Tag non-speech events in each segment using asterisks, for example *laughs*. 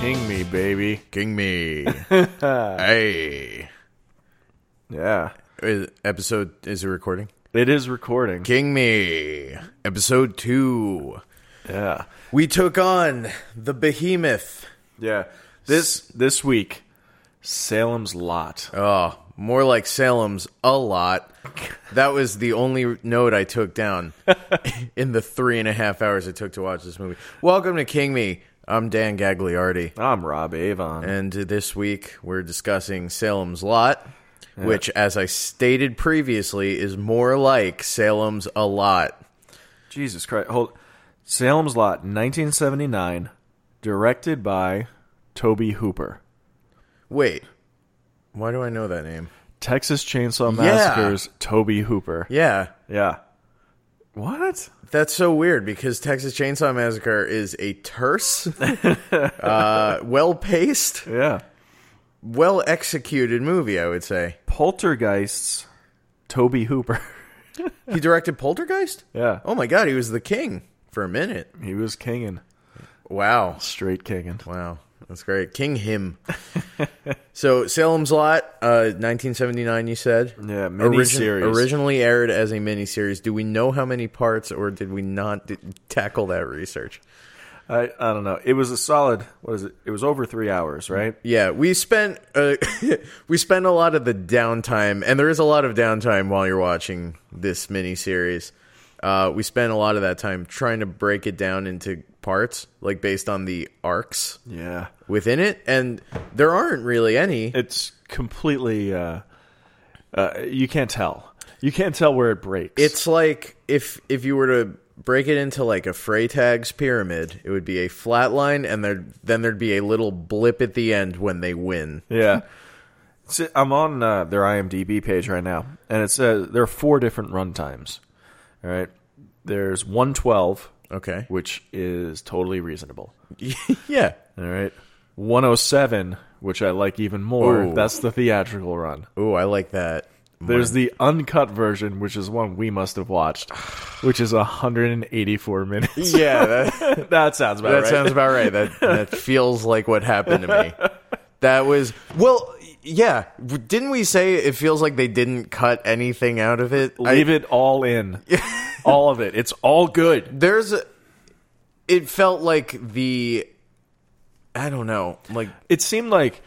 King me, baby. King *laughs* me. hey. Yeah. Is- Episode is it recording? It is recording. King me. Episode two. Yeah. We took on the behemoth. Yeah. This this week, Salem's Lot. Oh, more like Salem's a lot. That was the only note I took down *laughs* in the three and a half hours it took to watch this movie. Welcome to King Me. I'm Dan Gagliardi. I'm Rob Avon. And this week we're discussing Salem's Lot, which, as I stated previously, is more like Salem's A Lot. Jesus Christ. Hold Salem's Lot, 1979, directed by Toby Hooper. Wait, why do I know that name? Texas Chainsaw Massacre's Toby Hooper. Yeah, Yeah. What? that's so weird because Texas Chainsaw Massacre is a terse, uh, well paced, Yeah. well executed movie, I would say. Poltergeists Toby Hooper. *laughs* He directed Poltergeist? yeah. Oh my god, he was the king for a minute. He was kingin'. Wow. Straight kingin'. Wow, that's great. King him. *laughs* so Salem's Lot, uh, 1979. You said, Yeah, miniseries. originally aired as a miniseries. Do we know how many parts, or did we not d- tackle that research? I, I don't know. It was a solid. What is it? It was over three hours, right? Yeah, we spent uh, *laughs* we spent a lot of the downtime, and there is a lot of downtime while you're watching this miniseries. Uh, we spent a lot of that time trying to break it down into parts, like based on the arcs Yeah. within it, and there aren't really any. It's completely. Uh, uh, you can't tell. You can't tell where it breaks. It's like if if you were to break it into like a Freytag's pyramid, it would be a flat line, and there then there'd be a little blip at the end when they win. yeah. *laughs* It's, I'm on uh, their IMDb page right now, and it says there are four different runtimes. All right. There's 112, Okay. which is totally reasonable. *laughs* yeah. All right. 107, which I like even more. Ooh. That's the theatrical run. Ooh, I like that. There's the uncut version, which is one we must have watched, which is 184 minutes. *laughs* Yeah, *laughs* that, *laughs* that sounds about that right. sounds about right. That that *laughs* feels like what happened to me. That was well, yeah. Didn't we say it feels like they didn't cut anything out of it? I- Leave it all *laughs* in, all of it. It's all good. there's, a, it felt like the, I don't know, like It seemed like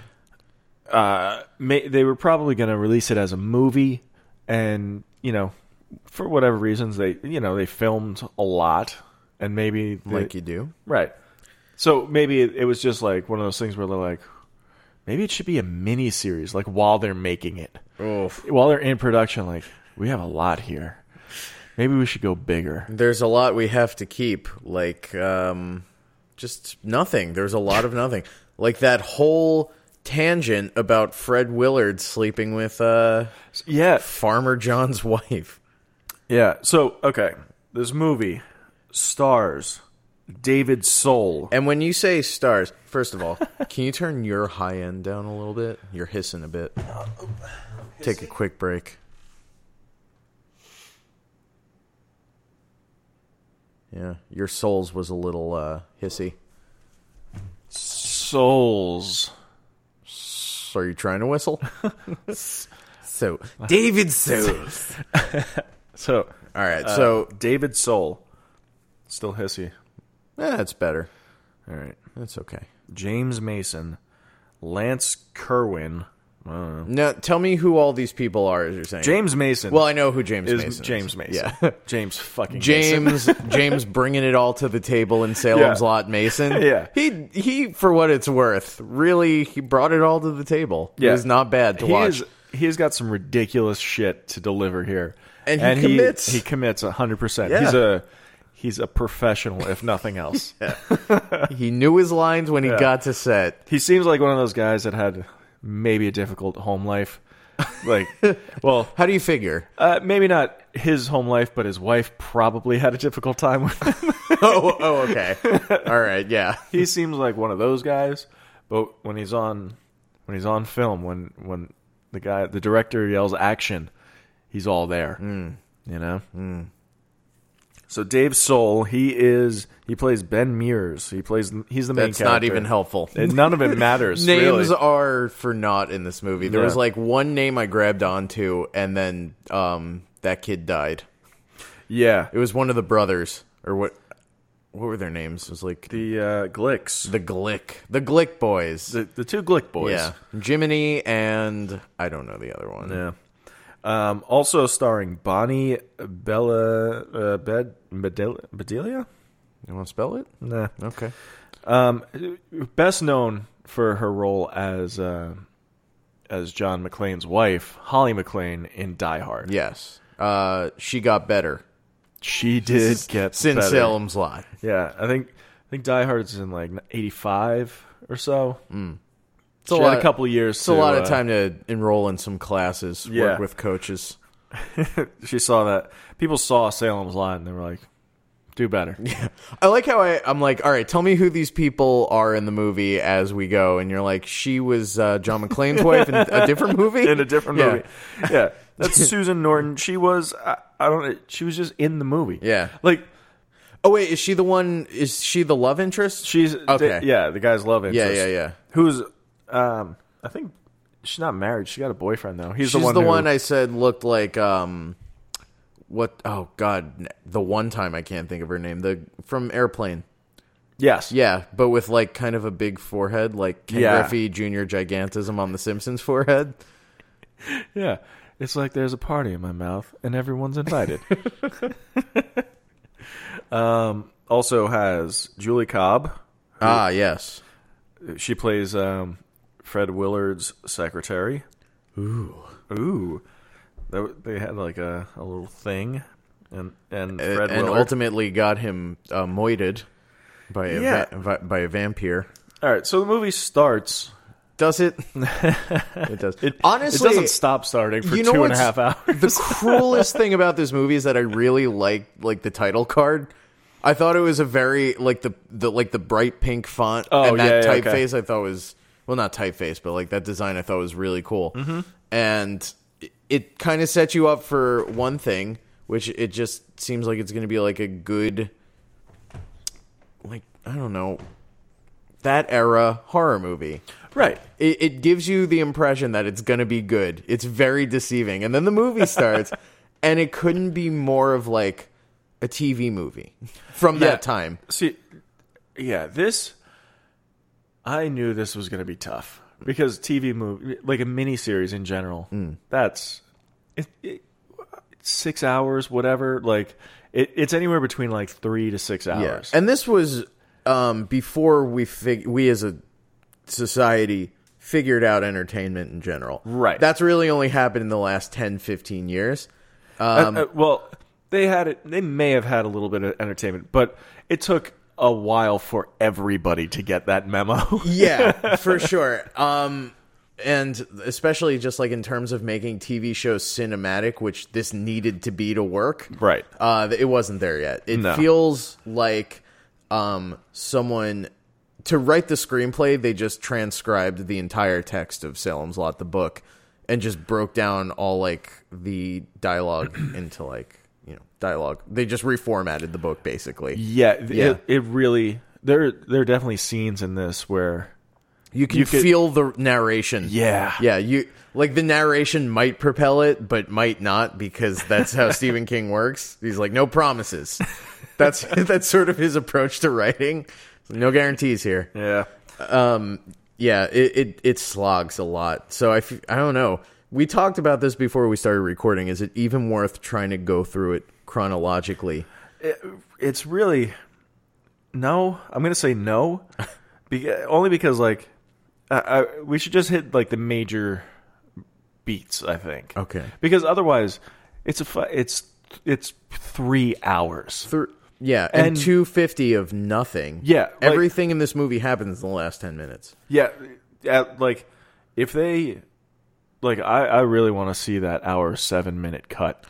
uh, may, they were probably going to release it as a movie, and you know, for whatever reasons, they you know they filmed a lot, and maybe the- like you do. right. So maybe it, it was just like one of those things where they're like, maybe it should be a mini series, like while they're making it. Oof. while they're in production, like we have a lot here. Maybe we should go bigger. There's a lot we have to keep, like um, just nothing. There's a lot of nothing, like that whole tangent about Fred Willard sleeping with uh, Yeah, Farmer John's *laughs* wife. yeah. So okay, this movie stars David Soul. And when you say stars, first of all, can you turn your high end down a little bit? You're hissing a bit. Take a quick break. Yeah, your souls was a little uh, hissy. Souls. So are you trying to *laughs* whistle? so David Souls. So All right, so David Soul, still hissy. eh, that's better. All right. That's okay. James Mason, Lance Kerwin. I don't know. Now tell me who all these people are. As you're saying, James Mason. Well, I know who James is Mason is. James Mason. Yeah. *laughs* James fucking Mason. *laughs* James James bringing it all to the table in Salem's Yeah. Lot *laughs* Mason. Yeah. He he for what it's worth, really he brought it all to the table. It Yeah. was not bad to he watch. Is, he's got some ridiculous shit to deliver here, And he commits. He, commits hundred percent. Yeah. He's a he's a professional, if nothing else. He knew his lines when he got to set. He seems like one of those guys that had maybe a difficult home life. *laughs* Like, well, How do you figure? *laughs* uh, maybe not his home life, but his wife probably had a difficult time. with oh, oh, *laughs* okay. All right, yeah. He seems like one of those guys, but when he's on when he's on film, when when the guy the Hmm. director yells action, he's all there. You know. So Dave Soul, he is he plays Ben Mears. He plays he's the main That's character. not even helpful. And none of it matters. *laughs* Names really. are for naught in this movie. There was Yeah. like one name I grabbed onto, and then um, that kid died. Yeah. It was one of the brothers, or what? What were their names? It was like the, The uh, Glicks. Glick, the Glick boys. The, the two Glick boys. yeah, Jiminy and I don't know the other one. Yeah. Um, also starring Bonnie Bella uh, Bed Bedel- Bedelia. You want to spell it? Nah. Okay. Um, best known for her role as uh, as John McClane's wife, Holly McClane in Die Hard. Yes. Uh, she got better She did get since better. Salem's Lot. Yeah, I think I think Die Hard's in like '85 or so. It's a she lot. had a couple years. uh, it's a lot of time to enroll in some classes. Yeah. Work with coaches. she saw that people saw Salem's Lot and they were like, "Do *laughs* better." I like how I, I'm like, all right, tell me who these people are in the movie as we go, and you're like, she was uh, John McClane's wife in a different movie. *laughs* in a different Yeah. movie. Yeah, that's *laughs* Susan Norton. She was I, I don't. She was just in the movie. Yeah. like Oh wait, is she the one? Is she the love interest? she's Okay. yeah, the guy's love yeah, interest. yeah, yeah. Who's um? I think she's not married. She got a boyfriend though. He's She's the one. who- I said looked like um, what? Oh God, the one time I can't think of her name. The from Airplane. yes. Yeah, but with like kind of a big forehead, like Ken Yeah. Griffey Jr. gigantism on The Simpsons forehead. Yeah. It's like there's a party in my mouth and everyone's *laughs* invited. *laughs* um, also has Julie Cobb. Ah, yes. She plays um, Fred Willard's secretary. Ooh. Ooh. They, they had like a, a little thing. And, and Fred and Willard. ultimately got him uh, moited by a Yeah. va- vi- by a vampire. All right. So the movie starts. Does it? *laughs* it does. It, Honestly, it doesn't stop starting for you know two and a what's- half hours. *laughs* the cruelest thing about this movie is that I really like like the title card. I thought it was a very like the, the like the bright pink font Oh, and that yeah, yeah, okay. typeface. I thought was well not typeface, but like that design I thought was really cool. Mm-hmm. And it, it kind of set you up for one thing, which it just seems like it's going to be like a good like I don't know that era horror movie right. it, it gives you the impression that it's going to be good. It's very deceiving. And then the *laughs* movie starts, and it couldn't be more of like a TV movie from that time. *laughs* See, yeah, this I knew this was going to be tough because TV movie, like a miniseries in general, Hmm. that's it, it, six hours, whatever. Like it, it's anywhere between like three to six hours. And this was um, before we fig- we as a society figured out entertainment in general. Right. That's really only happened in the last 10, 15 years. Uh, uh, well, they had it. They may have had a little bit of entertainment, but it took a while for everybody to get that memo. *laughs* yeah, for sure. Um, and especially just like in terms of making TV shows cinematic, which this needed to be to work. Right. Uh, it wasn't there yet. It No. feels like um, someone to write the screenplay. They just transcribed the entire text of Salem's Lot, the book, and just broke down all like the dialogue *clears throat* into like you know dialogue. They just reformatted the book basically. yeah, th- Yeah. It, it really. There, there are definitely scenes in this where You can You could- feel the narration. Yeah. Yeah, you like the narration might propel it, but might not because *laughs* that's how Stephen King works. He's like no promises. *laughs* That's *laughs* that's sort of his approach to writing. No guarantees here. yeah, Um yeah, it it, it slogs a lot. So I f- I don't know. We talked about this before we started recording. Is it even worth trying to go through it chronologically? it's really no. I'm gonna say *laughs* no, be, only because like I, I, we should just hit like the major beats. I think Okay. because otherwise it's a fu- it's it's three hours. Thr yeah, and, And- 250 of nothing. Yeah, like- Everything in this movie happens in the last 10 minutes. Yeah, at, like if they like I I really want to see that hour seven minute cut.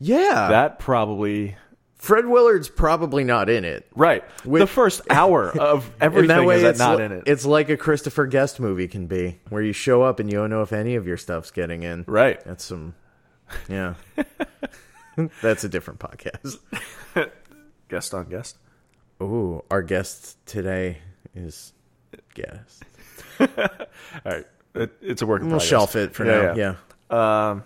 Yeah. That probably. Fred Willard's probably not in it. Right, the first *laughs* hour of everything that way, is that it's not li- in it. It's like a Christopher Guest movie can be, where you show up and you don't know if any of your stuff's getting in. Right, *laughs* That's some, yeah. That's a different podcast. guest on guest. Ooh, our guest today is guest. All right, it, it's a work. in We'll progress. shelf it for Yeah, now. yeah. Yeah.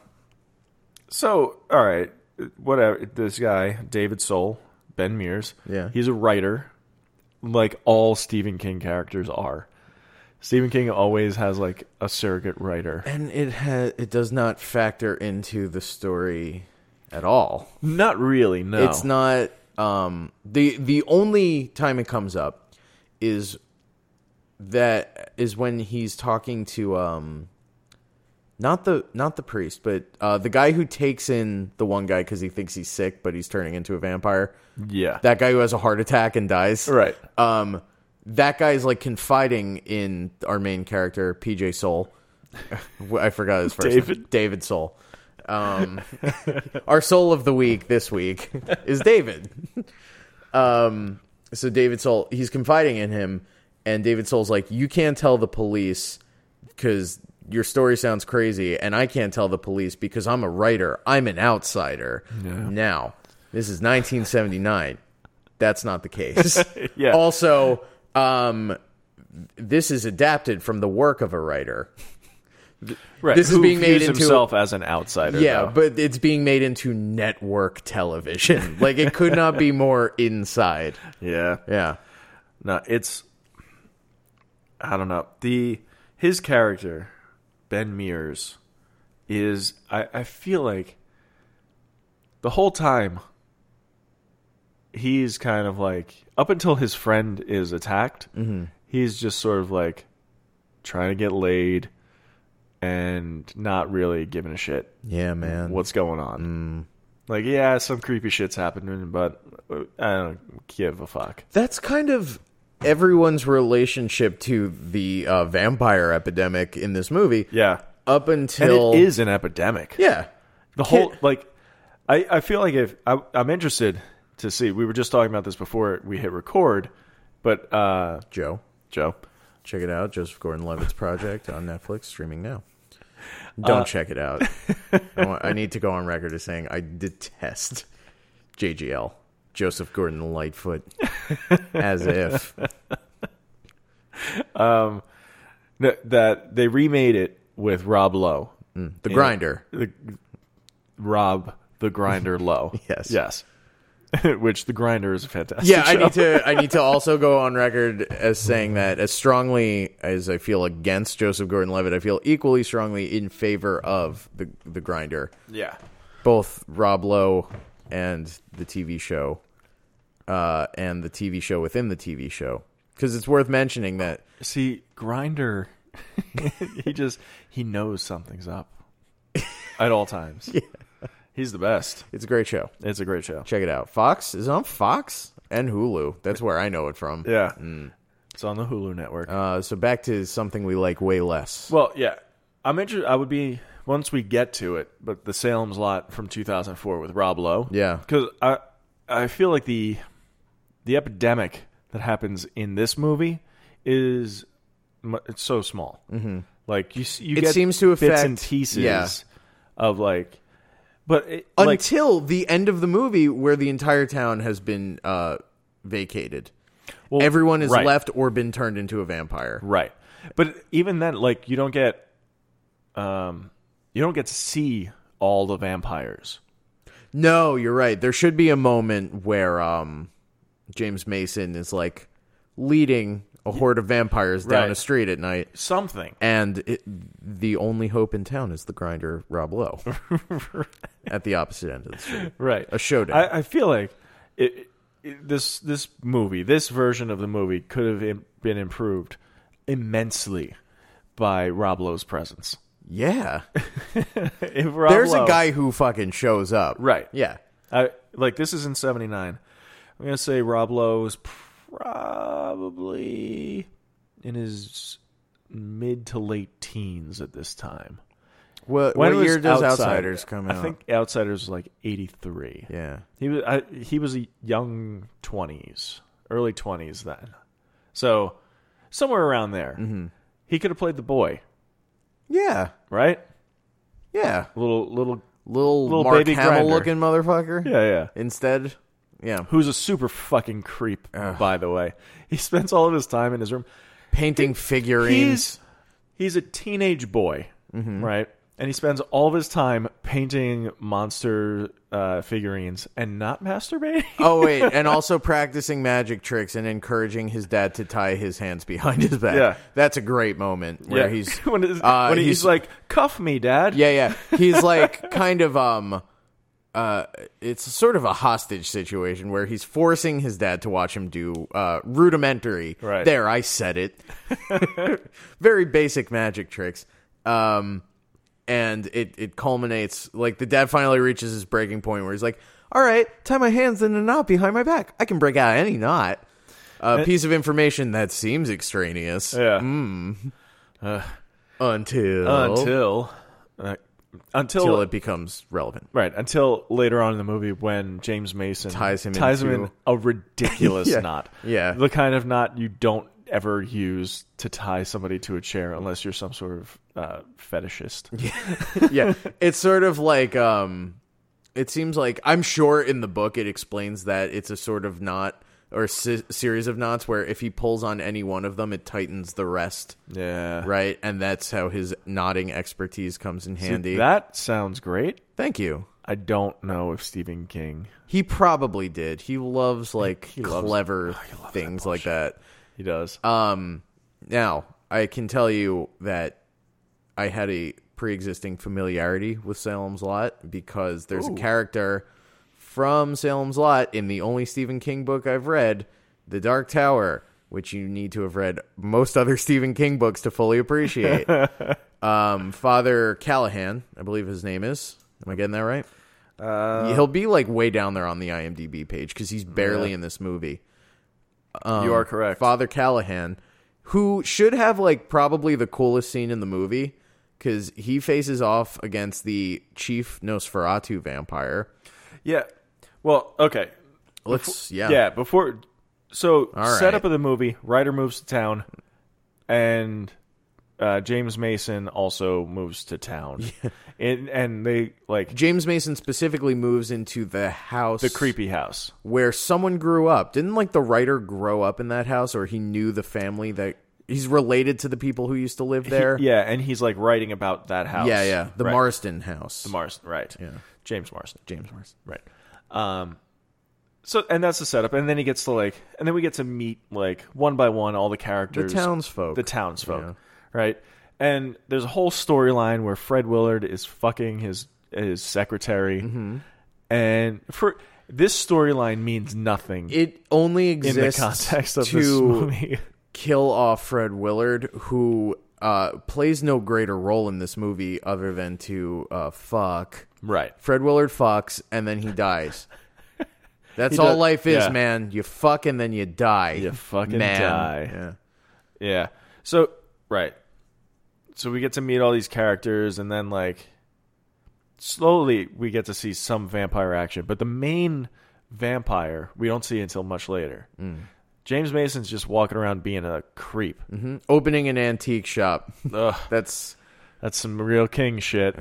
So, all right, whatever. This guy, David Soul, Ben Mears. Yeah. he's a writer, like all Stephen King characters are. Stephen King always has like a surrogate writer. And it ha- it does not factor into the story at all. Not really. No, It's not um the the only time it comes up is that is when he's talking to um not the not the priest, but uh the guy who takes in the one guy cuz he thinks he's sick but he's turning into a vampire. Yeah, That guy who has a heart attack and dies. right. um that guy's like confiding in our main character pj soul *laughs* i forgot his first name David. david soul um *laughs* our soul of the week this week is david um so david soul he's confiding in him and david soul's like you can't tell the police because your story sounds crazy and i can't tell the police because i'm a writer i'm an outsider now this is 1979 that's not the case Yeah. also um this is adapted from the work of a writer Right. This is Who being made views into- himself as an outsider. yeah though. but it's being made into network television *laughs* like it could not be more inside yeah. yeah No, it's I don't know. The his character, Ben Mears, is I, I feel like the whole time he's kind of like up until his friend is attacked, Mm-hmm. he's just sort of like trying to get laid and not really giving a shit yeah man what's going on. mm. Like, yeah, some creepy shit's happening, but uh, I don't give a fuck. that's kind of everyone's relationship to the uh, vampire epidemic in this movie Yeah. up And until it is an epidemic. yeah The Kid- whole like, I, I feel like if I, I'm interested to see. We were just talking about this before we hit record, but uh, joe Joe, check it out joseph gordon-levitt's project on netflix streaming now Uh, don't check *laughs* it out I, want, I need to go on record as saying i detest jgl joseph gordon-lightfoot as if *laughs* th- that they remade it with Rob Lowe, the grinder the Rob the Grinder Lowe. *laughs* Yes. yes. *laughs* Which the grinder is a *laughs* fantastic. yeah i show. need to i need to also go on record as saying that as strongly as i feel against joseph gordon-levitt i feel equally strongly in favor of the the grinder Yeah, both Rob Lowe and the TV show, uh, and the TV show within the TV show. Because it's worth mentioning that see, grinder, *laughs* he just he knows something's up at all times. He's the best. it's a great show. It's a great show. Check it out. Fox is it on Fox and Hulu. That's where I know it from. Yeah. It's on the Hulu network. Uh, so back to something we like way less. well, yeah. I'm interested. I would be once we get to it, but the Salem's Lot from 2004 with Rob Lowe. Yeah. Cuz I I feel like the the epidemic that happens in this movie is mu- it's so small. Mm-hmm. Like you s- you It get seems to bits affect- and pieces yeah. of like but it, like Until the end of the movie, where the entire town has been uh, vacated, well, everyone is right. left or been turned into a vampire. Right. But even then, like you don't get, um, you don't get to see all the vampires. No, you're right. There should be a moment where um, James Mason is like leading a horde of vampires down Right. a street at night, Something. and it, the only hope in town is the grinder *laughs* Rob Lowe at the opposite end of the street. Right. A showdown. I, I feel like it, it, this this movie, this version of the movie, could have im- been improved immensely by Rob Lowe's *laughs* presence. yeah, If Rob there's Lowe- a guy who fucking shows up. Right. Yeah. I like this is in '79. I'm gonna say Rob Lowe is probably in his mid to late teens at this time. What, When what was year does Outside- Outsiders come out? I think Outsiders was like '83. yeah. He was I, he was a young 20s, early 20s then, so somewhere around there. Mm-hmm. He could have played the boy, Yeah. right? Yeah. Little little Little, Little Mark baby Hamill Grinder. looking motherfucker. yeah yeah Instead, Yeah. who's a super fucking creep, by the way. He spends all of his time in his room. Painting figurines. He's he's a teenage boy, Mm-hmm. right? And he spends all of his time painting monster uh, figurines and not masturbating. *laughs* oh wait, and also practicing magic tricks and encouraging his dad to tie his hands behind his back. Yeah. That's a great moment *laughs* where he's when, it's- uh, when he's, like, "Cuff me, Dad." Yeah, yeah. He's like *laughs* kind of um uh it's sort of a hostage situation where he's forcing his dad to watch him do uh rudimentary. Right. There, I said it. *laughs* Very basic magic tricks. Um and it it culminates like the dad finally reaches his breaking point where he's like, "All right, tie my hands in a knot behind my back. I can break out any knot." A piece of information that seems extraneous yeah. until Until, uh, until, until it becomes relevant. right until later on in the movie when James Mason Ties him in into- a ridiculous *laughs* Yeah. knot. Yeah. the kind of knot you don't ever use to tie somebody to a chair unless you're some sort of uh, fetishist. *laughs* yeah it's sort of like um it seems like i'm sure in the book it explains that it's a sort of knot or si- series of knots where if he pulls on any one of them it tightens the rest Yeah. right and that's how his knotting expertise comes in handy That sounds great. thank you I don't know if Stephen King he probably did he loves like loves- *sighs* clever things like that he does. Um, now I can tell you that I had a pre-existing familiarity with Salem's Lot because there's a character from Salem's Lot in the only Stephen King book I've read, The Dark Tower, which you need to have read most other *laughs* Stephen King books to fully appreciate. um, Father Callahan, I believe his name is. Am I getting that right? Uh, He'll be like way down there on the IMDb page because he's barely in this movie. Um, you are correct. Father Callahan, who should have like probably the coolest scene in the movie because he faces off against the chief Nosferatu vampire. yeah. Well, okay. Let's yeah Yeah, before so All setup right. of the movie, Ryder moves to town and uh, James Mason also moves to *laughs* town. and and they like James Mason specifically moves into the house the creepy house. where someone grew up. Didn't like the writer grow up in that house, or he knew the family that he's related to the people who used to live there. *laughs* Yeah, and he's like writing about that house. yeah, yeah. The right. Marston house. Marston, right. Yeah. James Marston. James Marston. Right. Um so and that's the setup and then he gets to like and then we get to meet like one by one all the The characters townsfolk. the townsfolk, right? And there's a whole storyline where Fred Willard is fucking his his secretary, Mm-hmm. and for this storyline means nothing it only in the exists context of to this movie. *laughs* *laughs* kill off Fred Willard, who uh, plays no greater role in this movie other than to uh, fuck. right? Fred Willard fucks and then *laughs* he dies. That's He all does- life is, yeah. man. You fuck and then you die. You fucking man. die. Yeah. Yeah. So right. So we get to meet all these characters, and then like slowly we get to see some vampire action, but the main vampire we don't see until much later. James Mason's just walking around being a creep. Mhm. Opening an antique shop. *laughs* Ugh. That's That's some real king shit.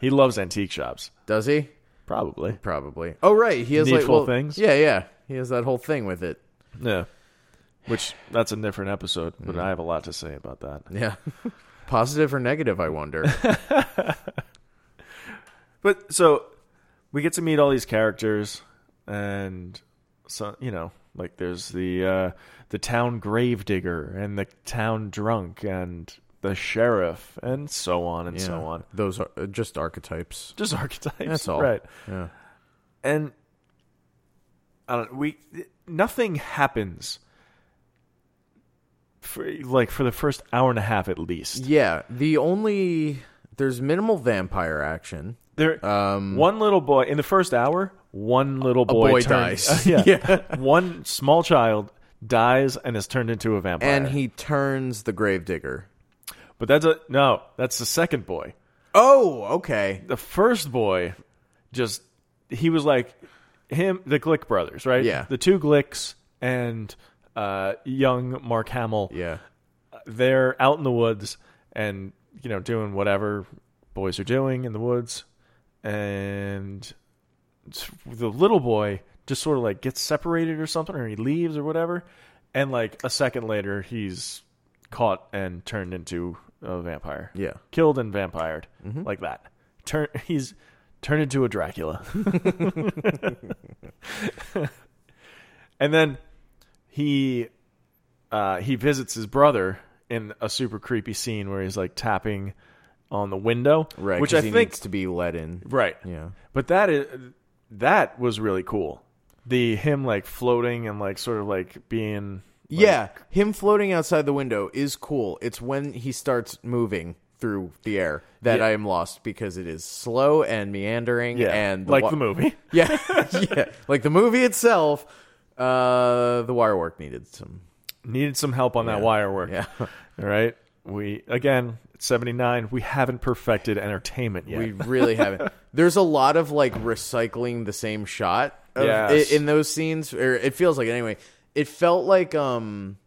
He loves antique shops, does he? probably. Probably. Oh right, he has like Needful well, things? Yeah, yeah. He has that whole thing with it. Yeah. Which that's a different episode, but I have a lot to say about that. Yeah. *laughs* Positive or negative, I wonder. *laughs* But so we get to meet all these characters, and so you know, like there's the uh, the town gravedigger and the town drunk and the sheriff and so on and so Yeah. on. Those are uh, just archetypes. Just archetypes, That's all. right? Yeah. and I don't we nothing happens for like for the first hour and a half at least. Yeah, the only there's minimal vampire action. There, Um, one little boy in the first hour, one little boy, boy turns- *laughs* dies. yeah, Yeah. one small child dies and is turned into a vampire. and he turns the gravedigger. but that's a no. That's the second boy. Oh, okay. The first boy, just he was like him, the Glick brothers, right? Yeah. the two Glicks and uh, young Mark Hamill. Yeah, they're out in the woods and you know doing whatever boys are doing in the woods and the little boy just sort of like gets separated or something, or he leaves or whatever, and like a second later he's caught and turned into a vampire. Yeah. killed and vampired Mm-hmm. like that. Turn *laughs* he's turned into a Dracula. *laughs* and then he uh, he visits his brother in a super creepy scene where he's like tapping on the window, Right. Which 'cause I he think needs to be let in. right, Yeah. but that is that was really cool. The him like floating and like sort of like being yeah. Him floating outside the window is cool. It's when he starts moving through the air that I am lost because it is slow and meandering yeah, and like wa- the movie. *laughs* *laughs* Yeah. yeah. Like the movie itself, uh, the wire work needed some. Needed some help on that wire work. Yeah. All right. We again, it's 79. We haven't perfected entertainment yet. We really *laughs* haven't. There's a lot of like recycling the same shot of Yes. i- in those scenes, or it feels like it anyway. It felt like um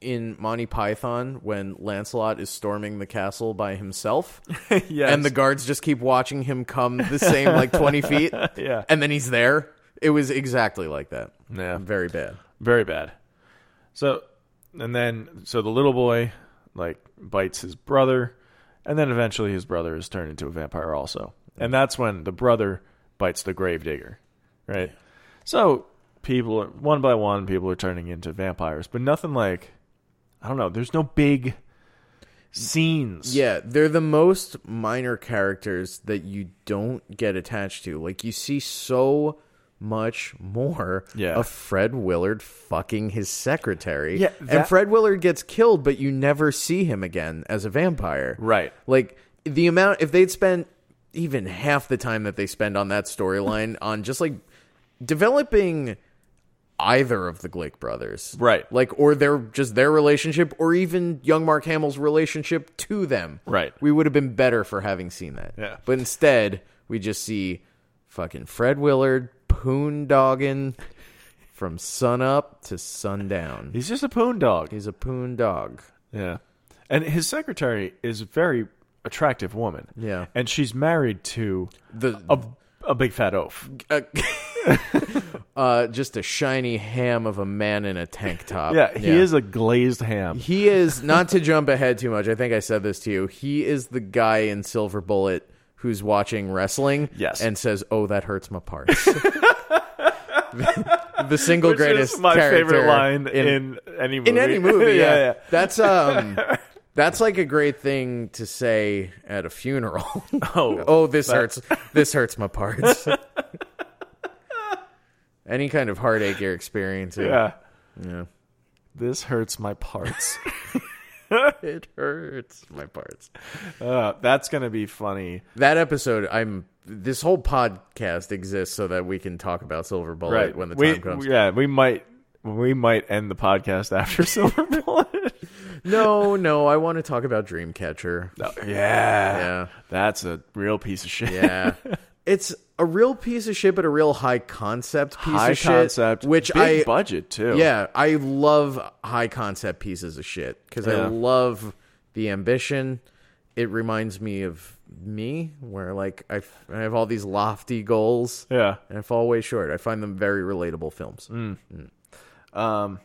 in Monty Python when Lancelot is storming the castle by himself, *laughs* yes. and the guards just keep watching him come the same *laughs* like twenty feet, Yeah. and then he's there. It was exactly like that. Yeah. Very bad. Very bad. So, and then, so the little boy, like, bites his brother, and then eventually his brother is turned into a vampire also. And that's when the brother bites the gravedigger, right? So, people, are- one by one, people are turning into vampires, but nothing like, I don't know, there's no big scenes. Yeah, they're the most minor characters that you don't get attached to. Like you see so much more Yeah. of Fred Willard fucking his secretary. Yeah, and that- Fred Willard gets killed, but you never see him again as a vampire. Right. Like the amount if they'd spent even half the time that they spend on that storyline *laughs* on just like developing either of the Glick brothers. Right. Like or their just their relationship or even young Mark Hamill's relationship to them. Right. We would have been better for having seen that. Yeah. But instead, we just see fucking Fred Willard poondogging from sun up to sundown. He's just a poon dog. He's a poondog. Yeah. And his secretary is a very attractive woman. Yeah. And she's married to The a, a big fat oaf. uh, *laughs* uh, just a shiny ham of a man in a tank top. Yeah, he is a glazed ham. He is not to jump ahead too much. I think I said this to you. He is the guy in Silver Bullet who's watching wrestling. Yes. and says, "Oh, that hurts my parts." *laughs* the single Which greatest is my character favorite line in, any movie. in any *laughs* movie. yeah. that's um, that's like a great thing to say at a funeral. *laughs* Oh, oh, this hurts. This hurts *laughs* my parts. any kind of heartache you're experiencing, yeah. yeah. This hurts my parts. *laughs* it hurts my parts. uh, that's gonna be funny. That episode, I'm. This whole podcast exists so that we can talk about Silver Bullet when the time we, *laughs* comes. Yeah, we might we might end the podcast *laughs* after Silver Bullet. *laughs* No, no, I want to talk about Dreamcatcher. yeah. yeah. Yeah, That's a real piece of shit. *laughs* yeah. it's a real piece of shit, but a real high concept piece High of shit. concept, which big I budget too. yeah, I love high concept pieces of shit because I Yeah. love the ambition. It reminds me of me, where like I, I have all these lofty goals. yeah. and I fall way short. I find them very relatable films. Um,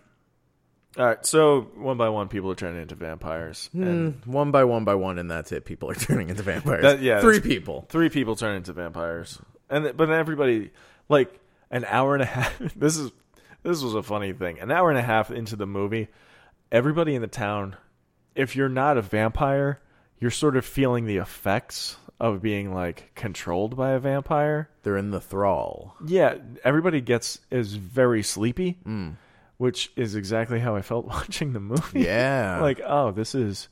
All right, so one by one, people are turning into vampires, and One by one by one, and that's it. People are *laughs* turning into vampires. That- yeah, three that's- people. three people turn into vampires, and th- but everybody like an hour and a *laughs* half. This is this was a funny thing. An hour and a half into the movie, everybody in the town, if you're not a vampire, you're sort of feeling the effects of being like controlled by a vampire. They're in the thrall. *laughs* Yeah, everybody gets is very sleepy, which is exactly how I felt *laughs* watching the movie. Yeah, like oh this is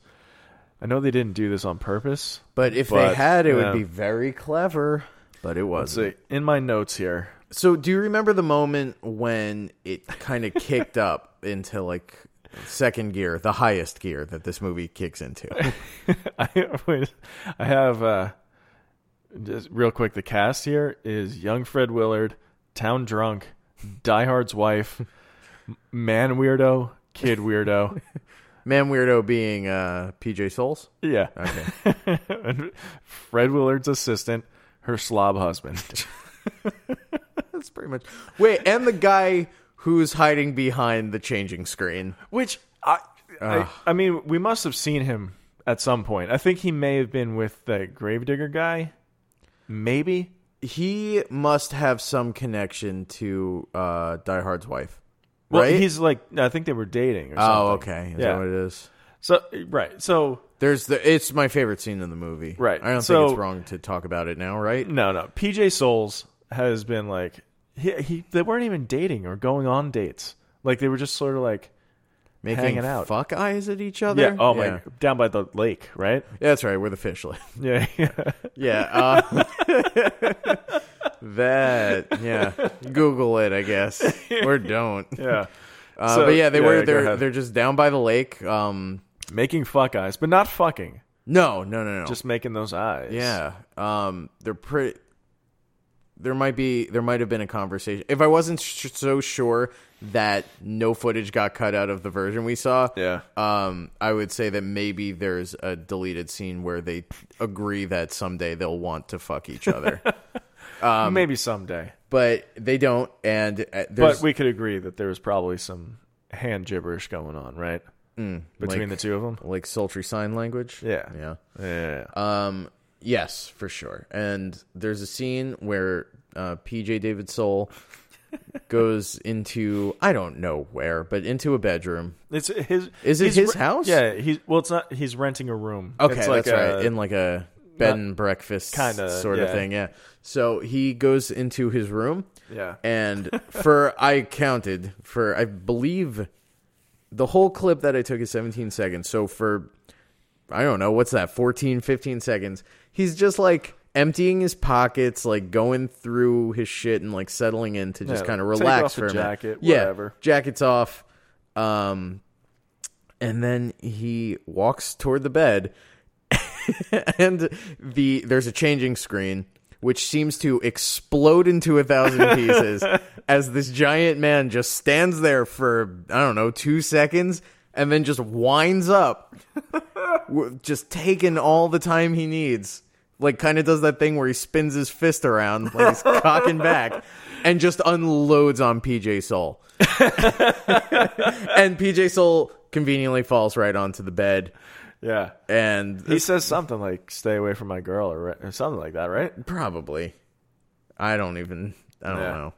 i know they didn't do this on purpose but if they but, had, it yeah. would be very clever. But it wasn't. so in my notes here *laughs* So, do you remember the moment when it kind of kicked up into like second gear, the highest gear that this movie kicks *laughs* into? i wait, i have uh just real quick the cast here is young fred willard town drunk die hard's wife man weirdo kid weirdo Man, weirdo being uh, PJ Souls. yeah *laughs* And fred willard's assistant her slob husband That's pretty pretty much. Wait, and the guy who's hiding behind the changing screen. Which I, I, I mean, we must have seen him at some point. I think he may have been with the Gravedigger guy, maybe. He must have some connection to uh, Die Hard's wife, Well, right? he's like, I think they were dating. or something. oh, okay. Is Yeah. that what it is? So right, so There's the. It's my favorite scene in the movie. Right. I don't So- think it's wrong to talk about it now, right? no, no. PJ Souls has been like he, he they weren't even dating or going on dates. Like they were just sort of like Making Hanging out. fuck eyes at each other. yeah, oh my, Yeah. down by the lake, right? *laughs* Yeah, that's right. Where the fish live. Yeah, *laughs* Yeah. Uh, *laughs* that. Yeah. Google it, I guess, or don't. *laughs* yeah. Uh, So- but yeah, they yeah, were go they're ahead. they're just down by the lake. Um, making fuck eyes, but not fucking. no, no, no, no. Just making those eyes. yeah. Um, they're pretty. There might be there might have been a conversation. If I wasn't sh- so sure that no footage got cut out of the version we saw, yeah. um, I would say that maybe there's a deleted scene where they agree that someday they'll want to fuck *laughs* each other, Um, Maybe someday, but they don't. And uh, there's but we could agree that there was probably some hand gibberish going on, right? Between the two of them. Mm, like sultry sign language. Yeah. yeah. Yeah. Um, yes, for sure. And there's a scene where uh, PJ David Soul goes into I don't know where, but into a bedroom. It's his. Is it he's his re- house? Yeah. He's well. It's not. He's renting a room. Okay, It's like that's a- right. In like a bed and breakfast Kinda, sort of yeah. thing. Yeah. So he goes into his room. Yeah. And for I counted for I believe the whole clip that I took is 17 seconds. So for I don't know, what's that? 14, 15 seconds. He's just like emptying his pockets, like going through his shit and like settling in to just Yeah, kind of take relax off the for a minute. jacket, Yeah, whatever. jacket's off. Um and then he walks toward the bed *laughs* and the there's a changing screen which seems to explode into *laughs* a thousand pieces as this giant man just stands there for I don't know 2 seconds and then just winds up w- just taking all the time he needs like kind of does that thing where he spins his fist around *laughs* like he's cocking back and just unloads on *laughs* PJ Soul and PJ Soul conveniently falls right onto the bed Yeah. and He says something like "Stay away from my girl" or, or something like that, right? Probably. I don't even. I don't Yeah. know.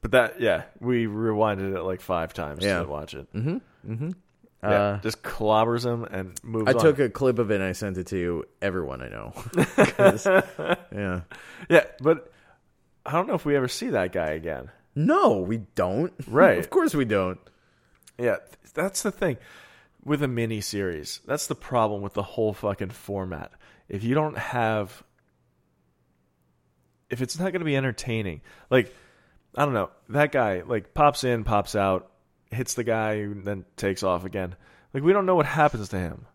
But that, yeah, we rewinded it like five times Yeah. to watch it. Mm-hmm. Mm-hmm. Yeah. just clobbers him and moves. Uh, I on. took a clip of it and I sent it to everyone *laughs* I know. *laughs* 'Cause- yeah. Yeah, but I don't know if we ever see that guy again. *laughs* No, we don't. Right. of course we don't. Yeah, th- that's the thing with a mini series. That's the problem with the whole fucking format. If you don't have if it's not going to be entertaining. Like I don't know, that guy like pops in, pops out, hits the guy and then takes off again. Like we don't know what happens to him.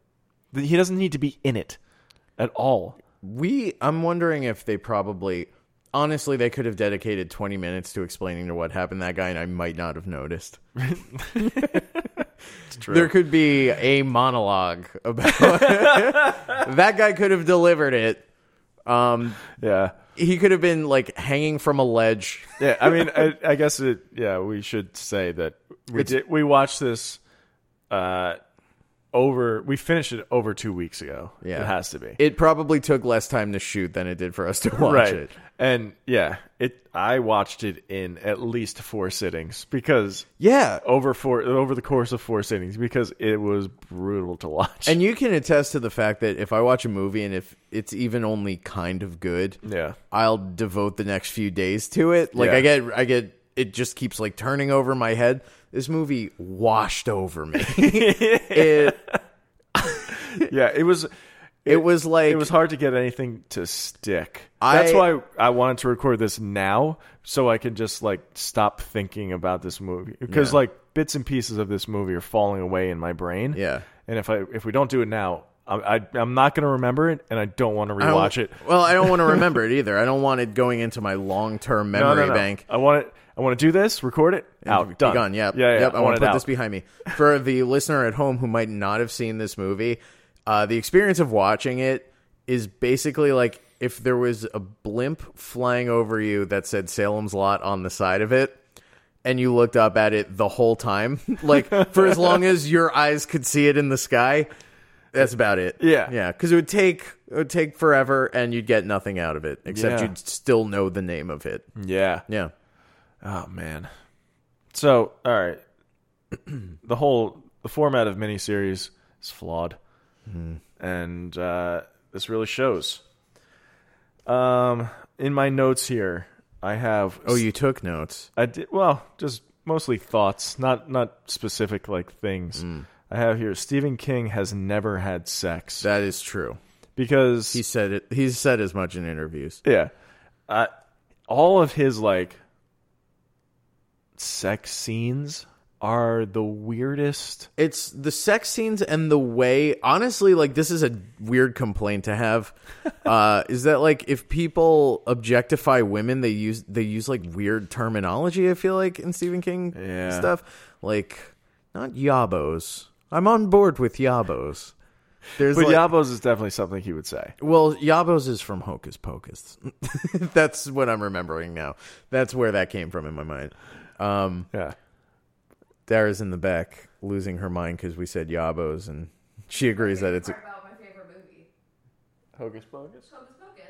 Th- He doesn't need to be in it at all. We. I'm wondering if they probably. Honestly, they could have dedicated 20 minutes to explaining to what happened to that guy, and I might not have noticed. *laughs* It's true. There could be a monologue about *laughs* that guy could have delivered it. Um, yeah. he could have been like hanging from a ledge. yeah, I mean, I, I guess it. Yeah, we should say that we It's- did. We watched this uh, over. We finished it over two weeks ago. Yeah. it has to be It probably took less time to shoot than it did for us to watch right. it. And yeah, it. I watched it in at least four sittings because Yeah. over four over the course of four sittings because it was brutal to watch. And you can attest to the fact that if I watch a movie and if it's even only kind of good, yeah, I'll devote the next few days to it. Like Yeah. I get I get it just keeps like turning over my head. This movie washed *laughs* over me. it *laughs* yeah, it was. it was like It was hard to get anything to stick. I- That's why I wanted to record this now, so I can just like stop thinking about this movie because like bits and pieces of this movie are falling away in my brain. Yeah. and if I if we don't do it now, I, I I'm not going to remember it, and I don't want to rewatch it. Well, I don't want to remember it either. I don't want it going into my long term No, memory no, no. bank. I want it. I want to do this. Record it. Be Out. Done. gone. Yep. Yeah. yeah yep. I, want want it to put out. this behind me. For the *laughs* listener at home who might not have seen this movie, uh, the experience of watching it is basically like if there was a blimp flying over you that said Salem's Lot on the side of it, and you looked up at it the whole time, *laughs* like for as long as your eyes could see it in the sky, that's about it. Yeah. yeah, because it would take it would take forever, and you'd get nothing out of it except Yeah. you'd still know the name of it. Yeah. Yeah, Oh man. So all right, *clears throat* the whole the format of miniseries is flawed, Hmm. and uh, this really shows. Um, in my notes here, I have Oh, you took notes. I did well, just mostly thoughts, not not specific like things. Hmm. I have here Stephen King has never had sex That is true. because He said it. He's said as much in interviews. yeah, uh, all of his like sex scenes are the weirdest. It's the sex scenes and the way. Honestly, like this is a weird complaint *laughs* to have. uh, is that like if people objectify women, they use they use like weird terminology. I feel like in Stephen King Yeah. stuff, like not yabos. I'm on board with yabos. There's But like, Yabos is definitely something he would say. Well, Yabos is from Hocus Pocus. *laughs* That's what I'm remembering now. That's where that came from in my mind. Um, Yeah, Dara's in the back losing her mind because we said Yabos, and *laughs* she agrees that it's. part about my favorite movie, hocus pocus. Hocus Pocus.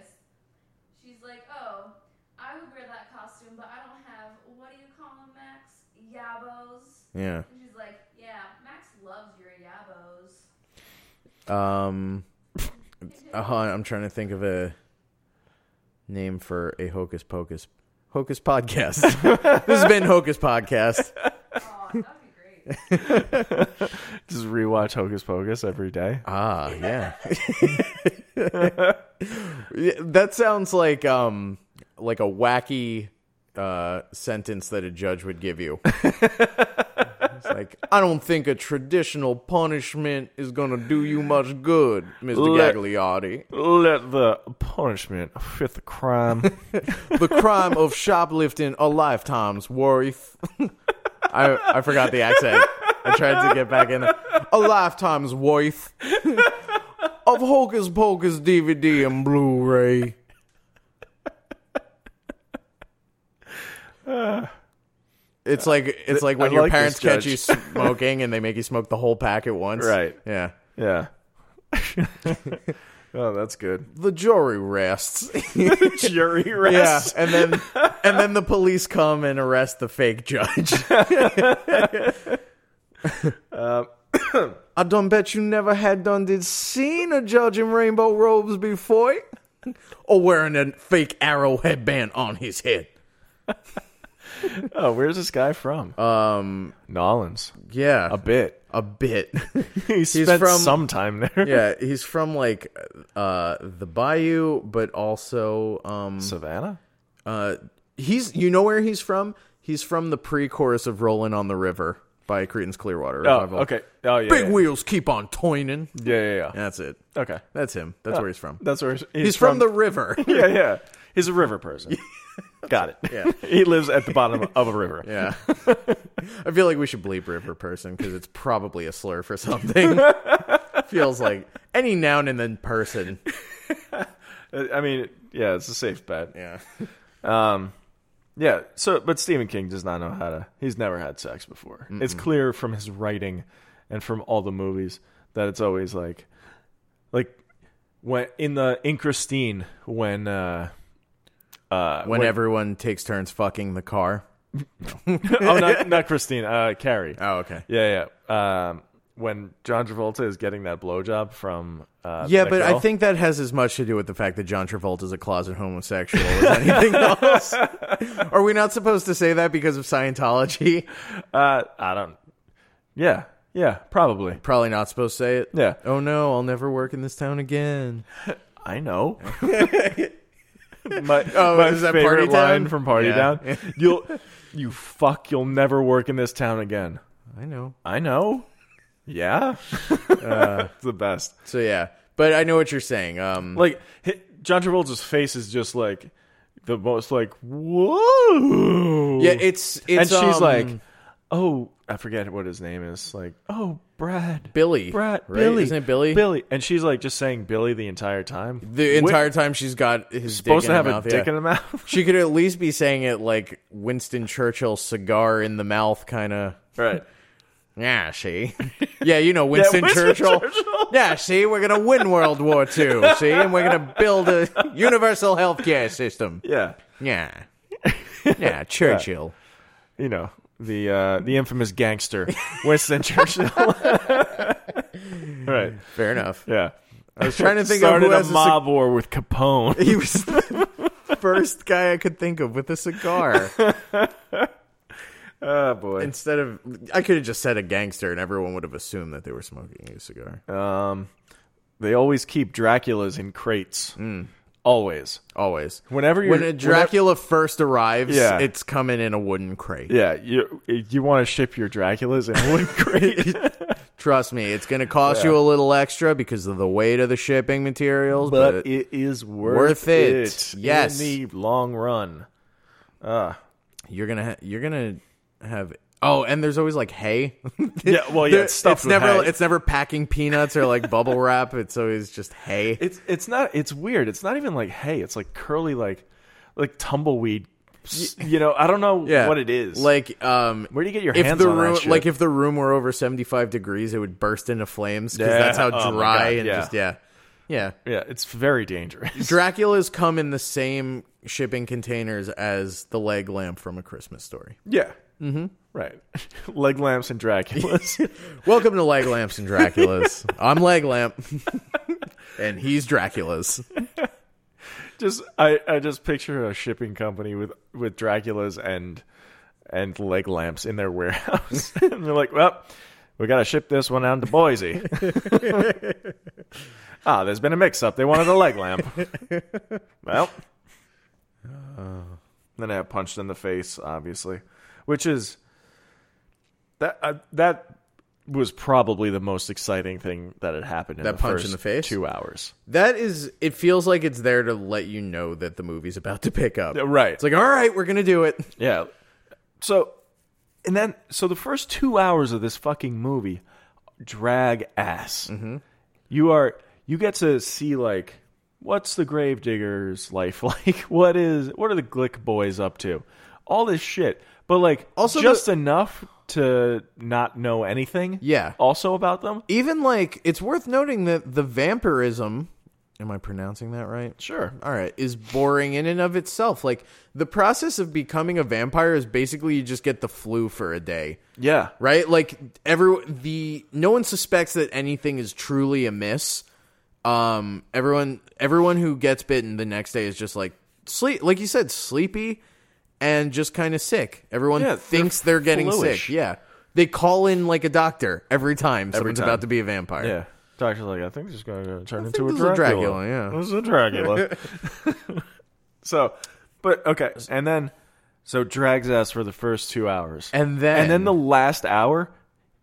She's like, oh, I would wear that costume, but I don't have what do you call them, Max? Yabos. Yeah. And she's like, yeah, Max loves your yabos. Um, *laughs* uh, I'm trying to think of a name for a Hocus Pocus. Hocus Podcast. *laughs* this has been Hocus Podcast. Oh, that would be *laughs* great. Just rewatch Hocus Pocus every day. Ah, yeah. *laughs* Yeah, that sounds like um like a wacky uh sentence that a judge would give *laughs* you. it's like, I don't think a traditional punishment is going to do you much good, Mr. Let- Gagliotti. Let the punishment fit the crime. The crime of shoplifting a lifetime's worth. *laughs* I I forgot the accent. I tried to get back in there. A lifetime's worth of Hocus Pocus DVD and *sighs* Blu-ray. It's like it's like when I your like parents this catch judge. you smoking and they make you smoke the whole pack at once. *laughs* Right. Yeah. *laughs* yeah. oh, that's good. The jury rests. *laughs* *laughs* Jury Yeah, rest. and then and *laughs* then the police come and arrest the fake *laughs* judge. Uh, *coughs* I don't bet you never had done did seen a judge in rainbow robes before, *laughs* or wearing a fake arrow headband on his head. Oh, where's this guy from? Um, Nollins. yeah, A *laughs* bit. a bit. He spent from- some time there. *laughs* yeah, he's from like uh the bayou, but also um Savannah? uh he's you know where he's from. He's from the pre-chorus of "Rolling on the River" by Creedence Clearwater Oh, Revival. okay. Oh, yeah. Big yeah. wheels keep on toining. Yeah, yeah, yeah. That's it. Okay. Uh, That's him. That's where he's from. That's where Oh. he's, He's from, *laughs* the river. *laughs* Yeah, yeah. He's a river person. *laughs* Got it. Yeah. *laughs* he lives at the bottom of a river. yeah. I feel like we should bleep river person because it's probably a slur *laughs* for something. Feels like any noun and then person. Uh, I mean, yeah, it's a safe bet. Yeah. Um, yeah. So, but Stephen King does not know how to. He's never had sex before. It's clear from his writing and from all the movies that it's always like, like when in the in Christine when uh, uh, When everyone takes turns fucking the car. oh *laughs* not not Christine uh Carrie Oh, okay. yeah yeah um when John Travolta is getting that blowjob from uh, Yeah, that but I girl. think that has as much to do with the fact that John Travolta is a closet homosexual as *laughs* anything else. Are we not supposed to say that because of Scientology? *laughs* uh I don't yeah yeah probably Probably not supposed to say it. Yeah. Oh no, I'll never work in this town again. I know. my *laughs* Oh, my is that favorite Party line Town? from Party Yeah. *laughs* Down. You'll you fuck. You'll never work in this town again. I know. I know. Yeah, *laughs* Uh, it's the best. So yeah, but I know what you're saying. Um, Like hi- John Travolta's face is just like the most like whoa. yeah, it's it's and she's um, like, oh, I forget what his name is. Like, oh, Brad, Billy, Brad, right? Billy, Isn't it Billy? Billy, and she's like just saying Billy the entire time. The Wi- entire time she's got his supposed dick to in have her a mouth, dick yeah. in the mouth, *laughs* She could at least be saying it like Winston Churchill, cigar in the mouth, kind of. right? Yeah, *laughs* she. Yeah, you know Winston, Winston Churchill. Churchill. Yeah, see, we're gonna win World War II. See, and we're gonna build a *laughs* universal healthcare system. Yeah, Yeah, *laughs* yeah, Churchill. you know the uh, the infamous *laughs* gangster Winston Churchill. *laughs* right? Fair enough. Yeah. I was trying to think of Started who has a a mob war with Capone. *laughs* He was the first guy I could think of with *laughs* a cigar. oh boy. Instead of, I could have just said a gangster, and everyone would have assumed that they were smoking a cigar. Um, they always keep Draculas in crates. Always. Always. Whenever you're Mm. When a Dracula first arrives, Yeah. it's coming in a wooden crate. Yeah, you you want to ship your Draculas in wood crate? Trust me, it's going to cost you a little extra because of the weight of the shipping materials. *laughs* But, but it is worth, Worth it. Yes. in the long run. you're gonna ha- you're gonna have oh, and there's always like hay. *laughs* Yeah, well, yeah, it's stuffed with never hay. it's never packing peanuts or like bubble wrap. It's always just hay. It's it's not it's weird. It's not even like hay. It's like curly like like tumbleweed. s- You know, I don't know yeah. what it is. Like, um, where do you get your if hands the on that room, shit? like, if the room were over seventy five degrees, it would burst into flames because Yeah. that's how Oh my dry God, and yeah. just yeah, yeah. yeah, it's very *laughs* dangerous. Dracula's come in the same shipping containers as the leg lamp from A Christmas Story. yeah. Mm-hmm. Right. *laughs* Leg lamps and *laughs* Draculas. Welcome to Leg Lamps and Draculas. I'm Leg Lamp, and he's Dracula's. just I, I just picture a shipping company with with Draculas and and leg lamps in their warehouse, *laughs* and they're like, "Well, we got to ship this one out to *laughs* Boise." ah, there's been a mix-up. They wanted a leg lamp. well, Oh. then I got punched in the face, obviously, which is that uh, that was probably the most exciting thing that had happened in That the punch in first the face? two hours. That is, it feels like it's there to let you know that the movie's about to pick up. Right. It's like, all right, we're gonna do it. Yeah. So, and then, so the first two hours of this fucking movie drag ass. You are, you get to see, like, what's the gravedigger's life *laughs* like? What is, what are the Glick boys up to? All this shit. But, like, also Also the- just enough to not know anything. Yeah. Also about them. even like it's worth noting that the vampirism am i pronouncing that right Sure. all right is boring in and of itself like the process of becoming a vampire is basically you just get the flu for a day Yeah. right like every the no one suspects that anything is truly amiss um everyone everyone who gets bitten the next day is just like sleep like you said sleepy and just kind of sick everyone Yeah, they're thinks they're, getting fluish. sick yeah they call in like a doctor every time someone's time. about to be a vampire Yeah. Doctor's like, I think this is going to turn think into a this is a Dracula. Dracula, yeah. This is a Dracula. *laughs* *laughs* so, but okay. And then, so drags us for the first two hours. And then- And then the last hour,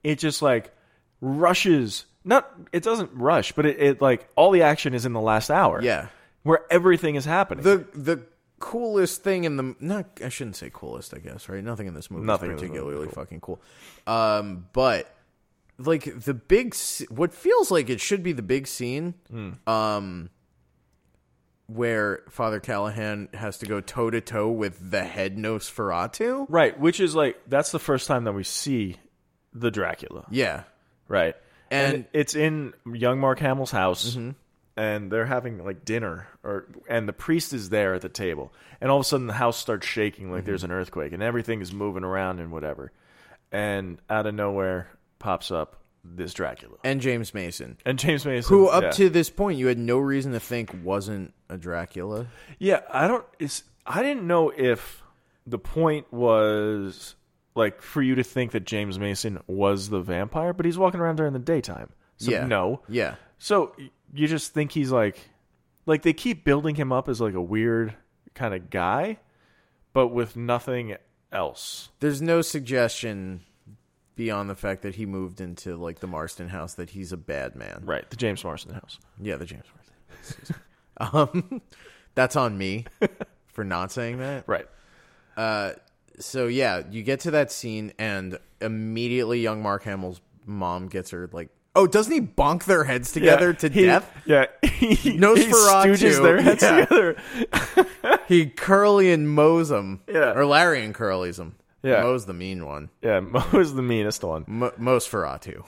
it just like rushes. Not, it doesn't rush, but it, it like, all the action is in the last hour. Yeah. Where everything is happening. the the coolest thing in the not I shouldn't say coolest I guess right nothing in this movie Nothing in is this movie is particularly fucking cool um but like the big s- what feels like it should be the big scene Hmm. um where Father Callahan has to go toe to toe with the head Nosferatu right. Which is like, that's the first time that we see the Dracula. yeah Right. And, And- Mm-hmm. it's in young Mark Hamill's house. And they're having like dinner or and the priest is there at the table. And all of a sudden the house starts shaking like Mm-hmm. there's an earthquake and everything is moving around and whatever. And out of nowhere pops up this Dracula. and James Mason And James Mason who up yeah. to this point you had no reason to think wasn't a Dracula Yeah, I don't it's I didn't know if the point was like for you to think that James Mason was the vampire, but he's walking around during the daytime. So yeah no. yeah So y- you just think he's like, like they keep building him up as like a weird kind of guy, but with nothing else. there's no suggestion beyond the fact that he moved into like the Marston house that he's a bad man. Right. The James Marston house. Yeah, the James *laughs* Marston. um, that's on me for not saying that. Right. Uh, so yeah, you get to that scene, and immediately young Mark Hamill's mom gets her like, oh, doesn't he bonk their heads *laughs* together to he- death? *laughs* Yeah, he, he Nosferatu, stooges their heads yeah. together. He curly and mows them, Yeah. or Larry and curlies them. Yeah. Moe's the mean one. Yeah, *laughs* Mo is the meanest one. Mo Moe's *laughs* Feratu.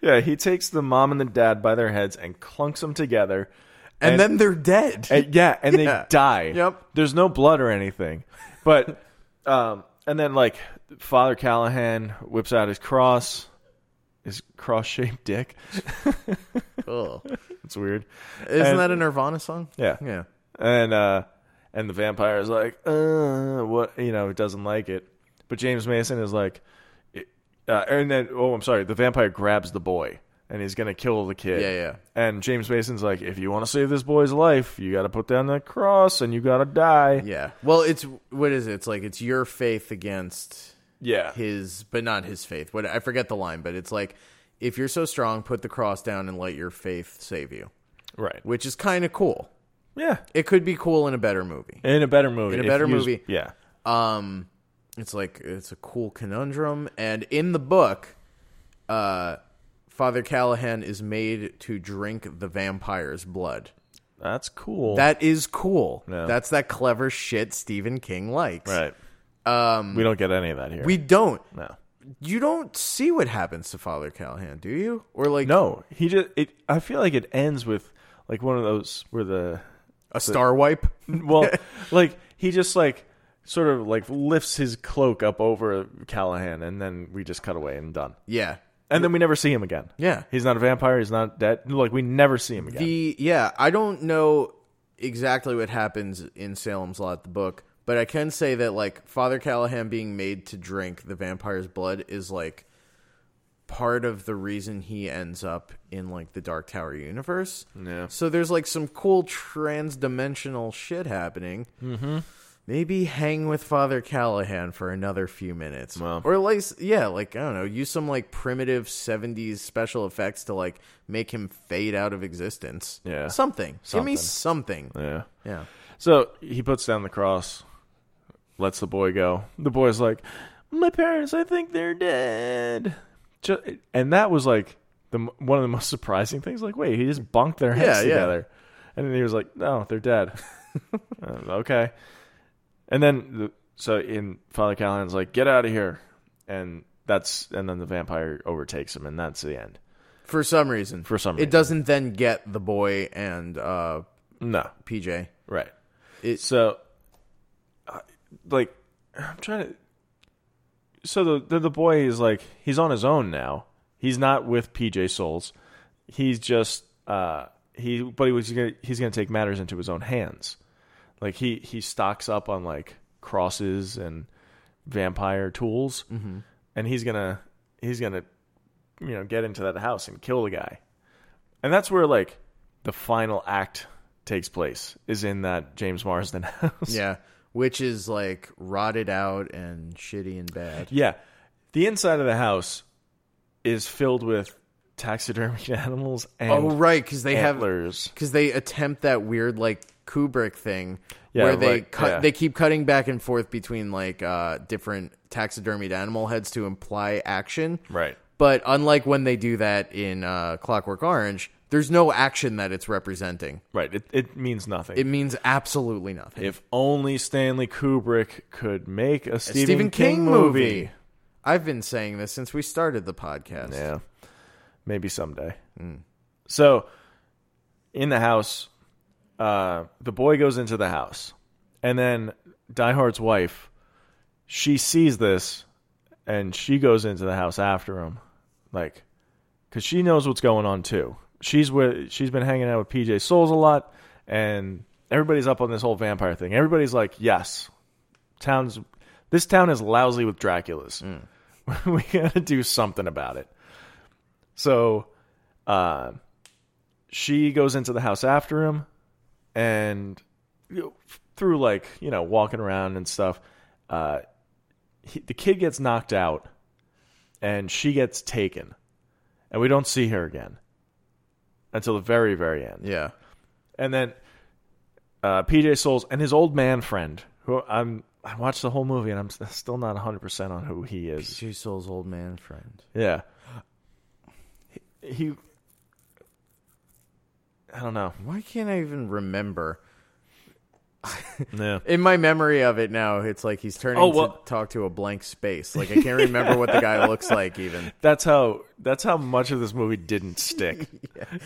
Yeah, he takes the mom and the dad by their heads and clunks them together. and, then they're dead. *laughs* And- yeah, and Yeah. they die. Yep. There's no blood or anything. *laughs* But um and then like Father Callahan whips out his cross, his cross-shaped dick. Ugh. It's weird. Isn't And- that a Nirvana song? Yeah. Yeah. And uh and the vampire is like, "Uh, what, you know, doesn't like it." But James Mason is like it- uh, and then oh, I'm sorry, the vampire grabs the boy and he's going to kill the kid. Yeah, yeah. And James Mason's like, "If you want to save this boy's life, you got to put down that cross and you got to die." Yeah. Well, it's what is it? It's like it's your faith against Yeah. his, but not his faith. What I forget the line, but it's like if you're so strong, put the cross down and let your faith save you, Right. which is kind of cool. Yeah. It could be cool in a better movie. In a better movie. In a if better you- movie. Yeah. Um, it's like it's a cool conundrum, and in the book, uh, Father Callahan is made to drink the vampire's blood. That's cool. That is cool. Yeah. That's that clever shit Stephen King likes. right. Um, we don't get any of that here. We don't. no. You don't see what happens to Father Callahan, do you? Or like No. He just it I feel like it ends with like one of those where the a *laughs* star wipe? *laughs* well like he just like sort of like lifts his cloak up over Callahan and then we just cut away and done. Yeah. And then we never see him again. Yeah. He's not a vampire, he's not dead. Like we never see him again. The yeah, I don't know exactly what happens in Salem's Lot the book, but I can say that like Father Callahan being made to drink the vampire's blood is like part of the reason he ends up in like the Dark Tower universe. Yeah. So there's like some cool trans-dimensional shit happening. Mm-hmm. Maybe hang with Father Callahan for another few minutes, Well. or like yeah, like I don't know, use some like primitive '70s special effects to like make him fade out of existence. Yeah. something. Give me something. yeah. Yeah, So he puts down the cross, lets the boy go. The boy's like, "My parents, I think they're dead." Ju- And that was like the m- one of the *laughs* most surprising things. Like, wait, he just bonked their heads Yeah, yeah. together, and then he was like, "No, they're *laughs* dead." Uh, okay. And then the, so in Father Callahan's like, "Get out of here," and that's and then the vampire overtakes him, and that's the end. for some reason. For some it reason. doesn't then get the boy and uh, No, PJ. Right. It- so, I- like, I'm trying to. So the, the the boy is like he's on his own now. He's not with PJ Souls. He's just uh he but he was gonna, he's going to take matters into his own hands. Like he he stocks up on like crosses and vampire tools, and he's gonna he's gonna you know get into that house and kill the guy and that's where like the final act takes place is in that James Marsden *laughs* house. Yeah, which is like rotted out and shitty and bad. Yeah. The inside of the house is filled with taxidermied *laughs* animals and Oh right, because they have antlers. because they attempt that weird like Kubrick thing Yeah, where they like- cut yeah. they keep cutting back and forth between like uh, different taxidermied animal heads to imply action. Right. But unlike when they do that in uh, Clockwork Orange, there's no action that it's representing. Right. It it means nothing. It means absolutely nothing. if only Stanley Kubrick could make a Stephen, Stephen King, King movie. movie. I've been saying this since we started the podcast. Yeah. Maybe someday. So in the house, uh, the boy goes into the house. And then Die Hard's wife, she sees this and she goes into the house after him. Like, because she knows what's going on too. She's with, she's been hanging out with PJ Souls a lot, and everybody's up on this whole vampire thing. Everybody's like, yes, towns, this town is lousy with Draculas. *laughs* we gotta do something about it. So, uh, she goes into the house after him, and you know, through like you know walking around and stuff, uh, he, the kid gets knocked out, and she gets taken, and we don't see her again until the very very end. Yeah. And then uh, PJ Souls and his old man friend, who I'm I watched the whole movie and I'm s- still not 100% on who he is. Two Soul's old man friend. Yeah. He, he I don't know. Why can't I even remember? Yeah. In my memory of it now, it's like he's turning Oh, well- to talk to a blank space. Like I can't remember what the guy looks *laughs* like even. That's how that's how much of this movie didn't *laughs* stick.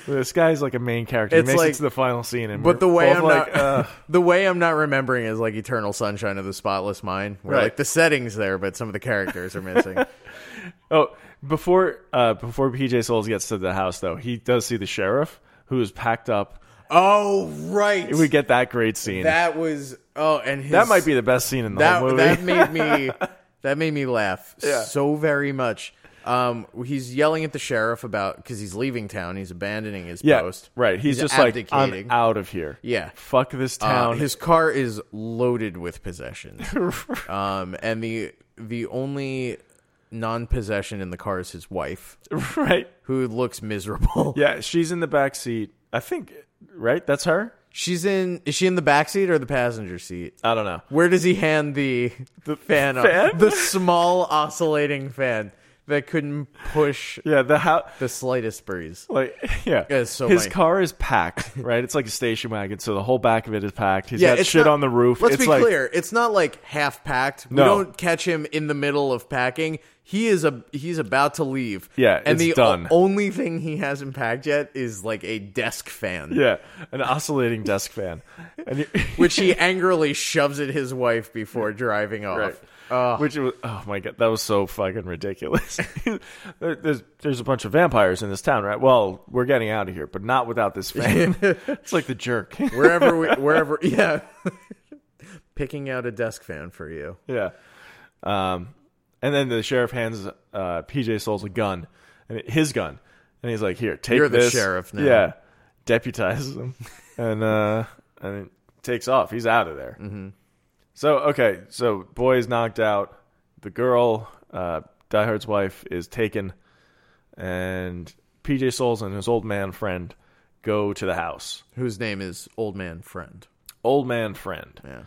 This guy's like a main character. It's he makes like- it to the final scene, and But we're the way both I'm like, not uh, *laughs* the way I'm not remembering is like Eternal Sunshine of the Spotless Mind, where Right. like the settings there, but some of the characters are missing. *laughs* oh, before uh, before PJ Souls gets to the house, though, he does see the sheriff who is packed up. oh right, We get that great scene. That, that was oh, and his, might be the best scene in the that whole movie. that made *laughs* me that made me laugh Yeah. so very much. Um, he's yelling at the sheriff about because he's leaving town. He's abandoning his yeah, post. right. He's, just like, I'm out of here. Yeah. fuck this Uh, town. his car is loaded with possessions. um, and the the only non-possession in the car is his wife, *laughs* right? who looks miserable. Yeah, she's in the back seat. I think. Right, that's her. *laughs* She's in. Is she in the back seat or the passenger seat? I don't know. Where does he hand the the fan? off? fan? The small oscillating fan that couldn't push Yeah, the house. the slightest breeze. Like *laughs* yeah, Yeah, it's so his lame. car is packed, right? It's like a station wagon, so the whole back of it is packed. He's Yeah, got it's shit not- on the roof. Let's it's be like, clear. It's not like half packed. No. We don't catch him in the middle of packing. He is a he's about to leave. Yeah, and it's the done. o- only thing he hasn't packed yet is like a desk fan, Yeah, an oscillating desk fan, and *laughs* you- *laughs* which he angrily shoves at his wife before driving off. Right. *laughs* Ugh. which was oh my god, that was so fucking ridiculous. *laughs* There- there's there's a bunch of vampires in this town, right? Well, we're getting out of here, but not without this *laughs* fan. it's like the jerk. *laughs* wherever we, wherever yeah, *laughs* picking out a desk fan for you. yeah. Um, and then the sheriff hands uh, PJ Souls a gun, and it- his gun, and he's like, "Here, take You're the this." sheriff now. Yeah, deputizes him, *laughs* and uh, and it takes off. He's out of there. Mm-hmm. So okay, so boy's knocked out. The girl, uh, Die Hard's wife, is taken, and PJ Souls and his old man friend go to the house. Whose name is Old Man Friend. Old man friend. Yeah.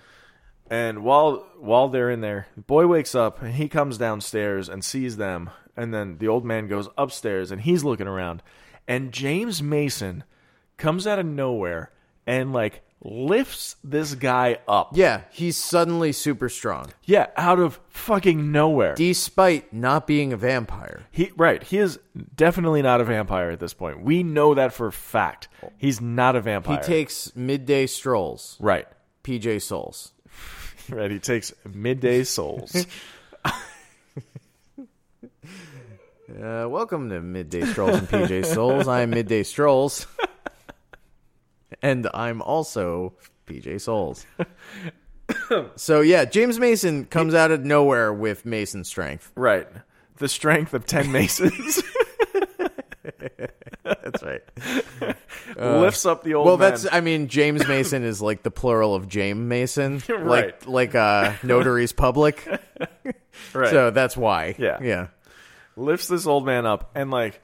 And while while they're in there, the boy wakes up and he comes downstairs and sees them. And then the old man goes upstairs and he's looking around. And James Mason comes out of nowhere and like lifts this guy up. Yeah, he's suddenly super strong, Yeah, out of fucking nowhere. despite not being a vampire. He right, he is definitely not a vampire at this point. We know that for a fact. He's not a He vampire. takes midday strolls. right. *laughs* PJ Souls. Right, he takes midday *laughs* souls. Uh, welcome to Midday Strolls and PJ Souls. I'm Midday Strolls. And I'm also PJ Souls. so, yeah, James Mason comes out of nowhere with Mason strength. right. The strength of *laughs* 10 masons. That's right. lifts up the old Uh, Well, man. that's, I mean, James Mason is like the plural of James Mason. *laughs* Right. Like, like uh, notaries public. right. So that's why. Yeah. Yeah. lifts this old man up and like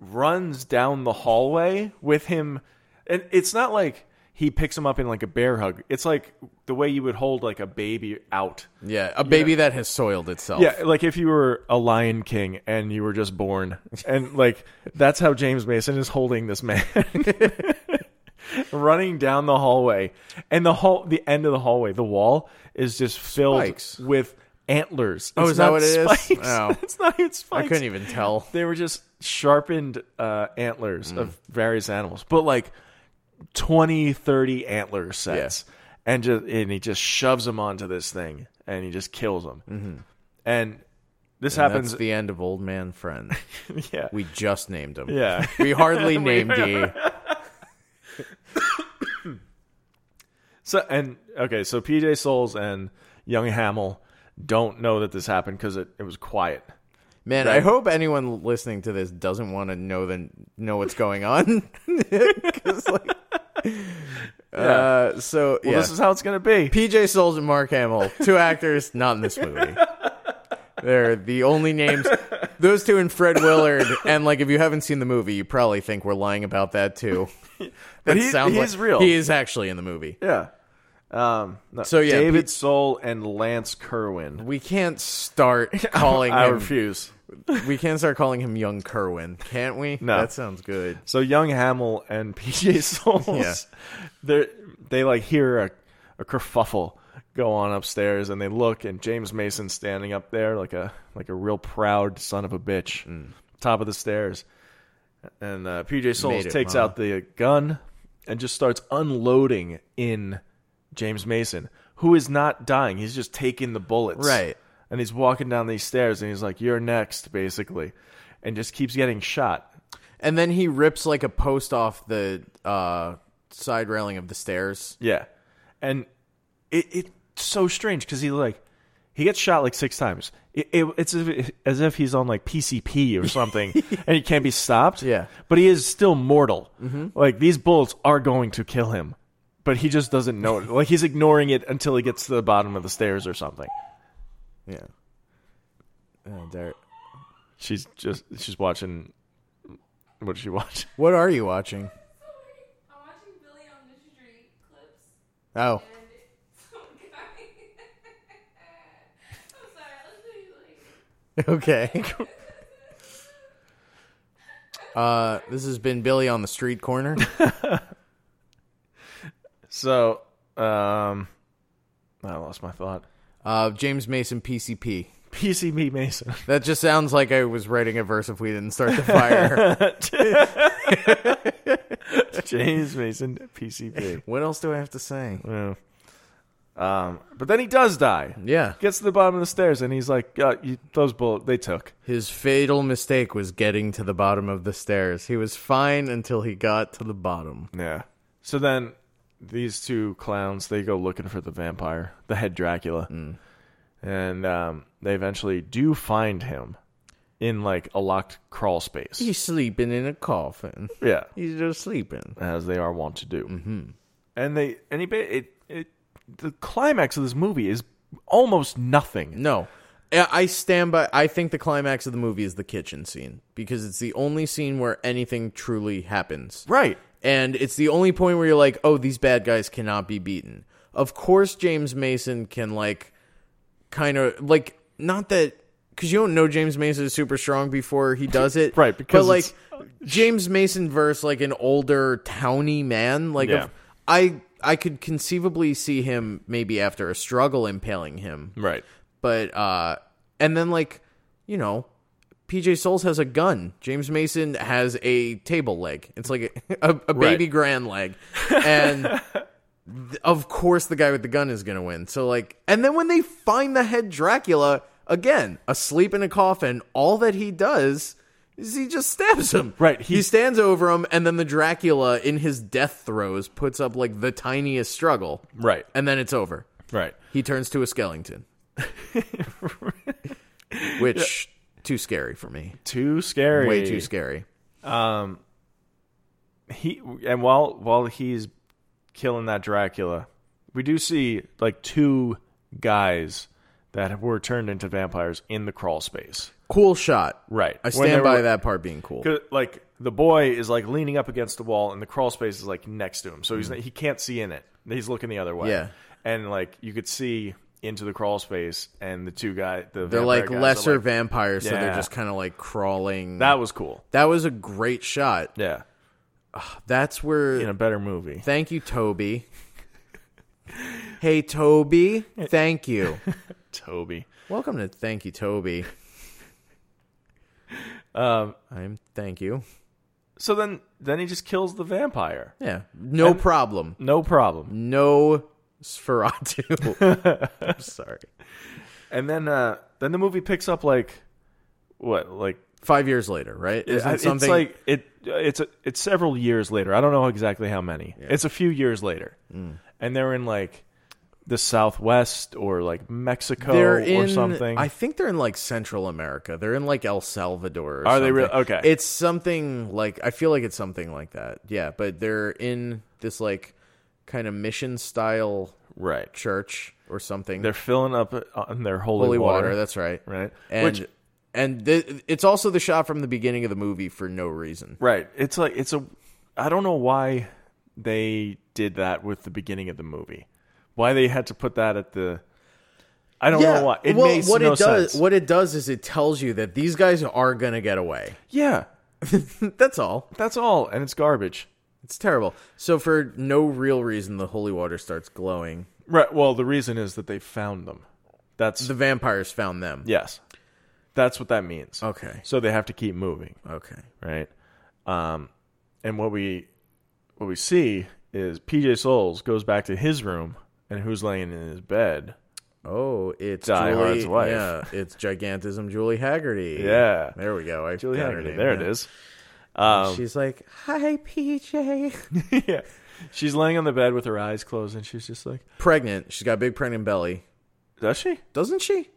runs down the hallway with him and it's not like he picks him up in like a bear hug it's like the way you would hold like a baby out Yeah. A baby that has soiled itself. yeah like if you were a lion king and you were just born and like that's how james mason is holding this man *laughs* running down the hallway and the whole the end of the hallway the wall is just filled Spikes. with antlers Oh, It's is that not what it is? spikes. Oh. *laughs* it's not even spikes I couldn't even tell. they were just sharpened uh, antlers of Mm. various animals but like 20 30 antler sets and just and he just shoves him onto this thing and he just kills him and this happens Mm-hmm. That's the end of Old Man Friend. *laughs* yeah We just named *laughs* him. yeah We *laughs* hardly named D. so and okay so pj souls and young hamill don't know that this happened because it, it was quiet Man, I hope anyone listening to this doesn't want to know the know what's going on. *laughs* *laughs* 'Cause, like, uh, so well yeah, this is how it's gonna be PJ Souls and Mark Hamill, two actors not in this *laughs* movie. They're the only names. Those two and Fred Willard, and like if you haven't seen the movie, you probably think we're lying about that too. *laughs* but That he- sounds he's like- real He is actually in the movie. yeah Um, no, So, yeah, David Pete- Soul and Lance Kerwin. We can't start calling *laughs* I him. refuse. *laughs* we can't start calling him Young Kerwin, can't we? No. that sounds good. So young Hamill and *laughs* PJ Souls, they they like hear a, a kerfuffle go on upstairs, and they look, and James Mason standing up there like a like a real proud son of a bitch, top of the stairs, and uh, PJ Souls Mm. Made it, takes Ma. out the gun and just starts unloading in James Mason, who is not dying; he's just taking the bullets, Right. And he's walking down these stairs, and he's like, "You're next," basically, and just keeps getting shot. And then he rips like a post off the uh, side railing of the stairs. Yeah, and it, it's so strange because he like he gets shot like six times. It, it, it's as if, as if he's on like PCP or something, and he can't be stopped. Yeah. but he is still mortal. Like these bullets are going to kill him, but he just doesn't know it. Like he's ignoring it until he gets to the bottom of the stairs or something. Yeah. Oh, there. She's just she's watching. What did she *laughs* watch? What are you watching? I'm watching Billy on the Street clips, Oh, *laughs* and *laughs* some guy. *laughs* I'm sorry, I'll show you later. okay. Uh, this has been Billy on the street *laughs* corner. So, um, I lost my thought. Uh, James Mason PCP. PCP Mason. *laughs* That just sounds like I was writing a verse if we didn't start the fire. *laughs* James Mason, PCP. what else do I have to say? Yeah. Um, but then he does die. Yeah. Gets to the bottom of the stairs and he's like, uh, you, "Those bullets they took." His fatal mistake was getting to the bottom of the stairs. He was fine until he got to the bottom. Yeah. So then these two clowns they go looking for the vampire, the head Dracula, and um, they eventually do find him in like a locked crawl space. He's sleeping in a coffin. yeah. He's just sleeping. as they are wont to do. Mm-hmm. And they and he, ba- it, it the climax of this movie is almost nothing. No. I I stand by. I think the climax of the movie is the kitchen scene because it's the only scene where anything truly happens. Right. And it's the only point where you're like, oh, these bad guys cannot be beaten. Of course, James Mason can, like, kind of, like, not that, because you don't know James Mason is super strong before he does *laughs* it. Right, because But, it's- like, James Mason versus, like, an older, towny man, like, Yeah. of- I. I could conceivably see him maybe after a struggle impaling him, Right. but uh and then like you know pj souls has a gun james mason has a table leg it's like *laughs* a, a, a baby Right. grand leg and th- of course the guy with the gun is gonna win so like and then when they find the head dracula again asleep in a coffin all that he does is he just stabs him Right, he, he- stands over him and then the dracula in his death throes puts up like the tiniest struggle Right. and then it's over Right. he turns to a *laughs* skeleton. Which too scary for me. Too scary. Way too scary. Um he and while while he's killing that Dracula, we do see like two guys that were turned into vampires in the crawl space. Cool shot. Right. I When stand they by were- that part being cool. 'Cause, Like the boy is like leaning up against the wall, and the crawl space is like next to him, so he's he can't see in it. He's looking the other way. Yeah. and like you could see into the crawl space, and the two guy, the They're vampire like guys are, lesser like- vampires, so they're Yeah. just kind of like crawling. that was cool. that was a great shot. Yeah, That's where. in a better movie. thank you, Toby. *laughs* hey, Toby. Thank you. Toby. Welcome to Thank You, Toby. Um. I'm thank you. So then, then he just kills the vampire. Yeah. No problem. No problem. No Sferatu. *laughs* I'm sorry. And then, uh, then the movie picks up like, what, like Five years later, right? Isn't I- it something It's like it. It's a, it's several years later. I don't know exactly how many. It's a few years later, Mm. and they're in like the Southwest or like Mexico they're or in? something. I think they're in like Central America. They're in like El Salvador. Or Are they real- something. okay. It's something like I feel like it's something like that. Yeah, but they're in this like kind of mission style right. church or something. They're filling up on their holy, holy water. That's right. right. And Which and th- it's also the shot from the beginning of the movie for no reason. right. It's like it's a. I don't know why they did that with the beginning of the movie, why they had to put that at the. I don't know why. It well, makes what no it does, sense. what it does is it tells you that these guys are gonna get away. *laughs* yeah, That's all. that's all, and it's garbage. It's terrible. So for no real reason, the holy water starts glowing. Right. Well, the reason is that they found them. That's The vampires found them. yes. That's what that means. Okay. So they have to keep moving. Okay. right? Um, and what we what we see is PJ Souls goes back to his room, and who's laying in his bed? Oh, it's Die Julie, Hard's wife. Yeah, it's gigantism. Julie Haggerty. Yeah. there we go. I Julie got her Haggerty. name, There yeah. Oh, it is. She's like, "Hi, PJ." Um, *laughs* yeah, she's laying on the bed with her eyes closed, and she's just like, pregnant. She's got a big pregnant belly, "Does she? doesn't she?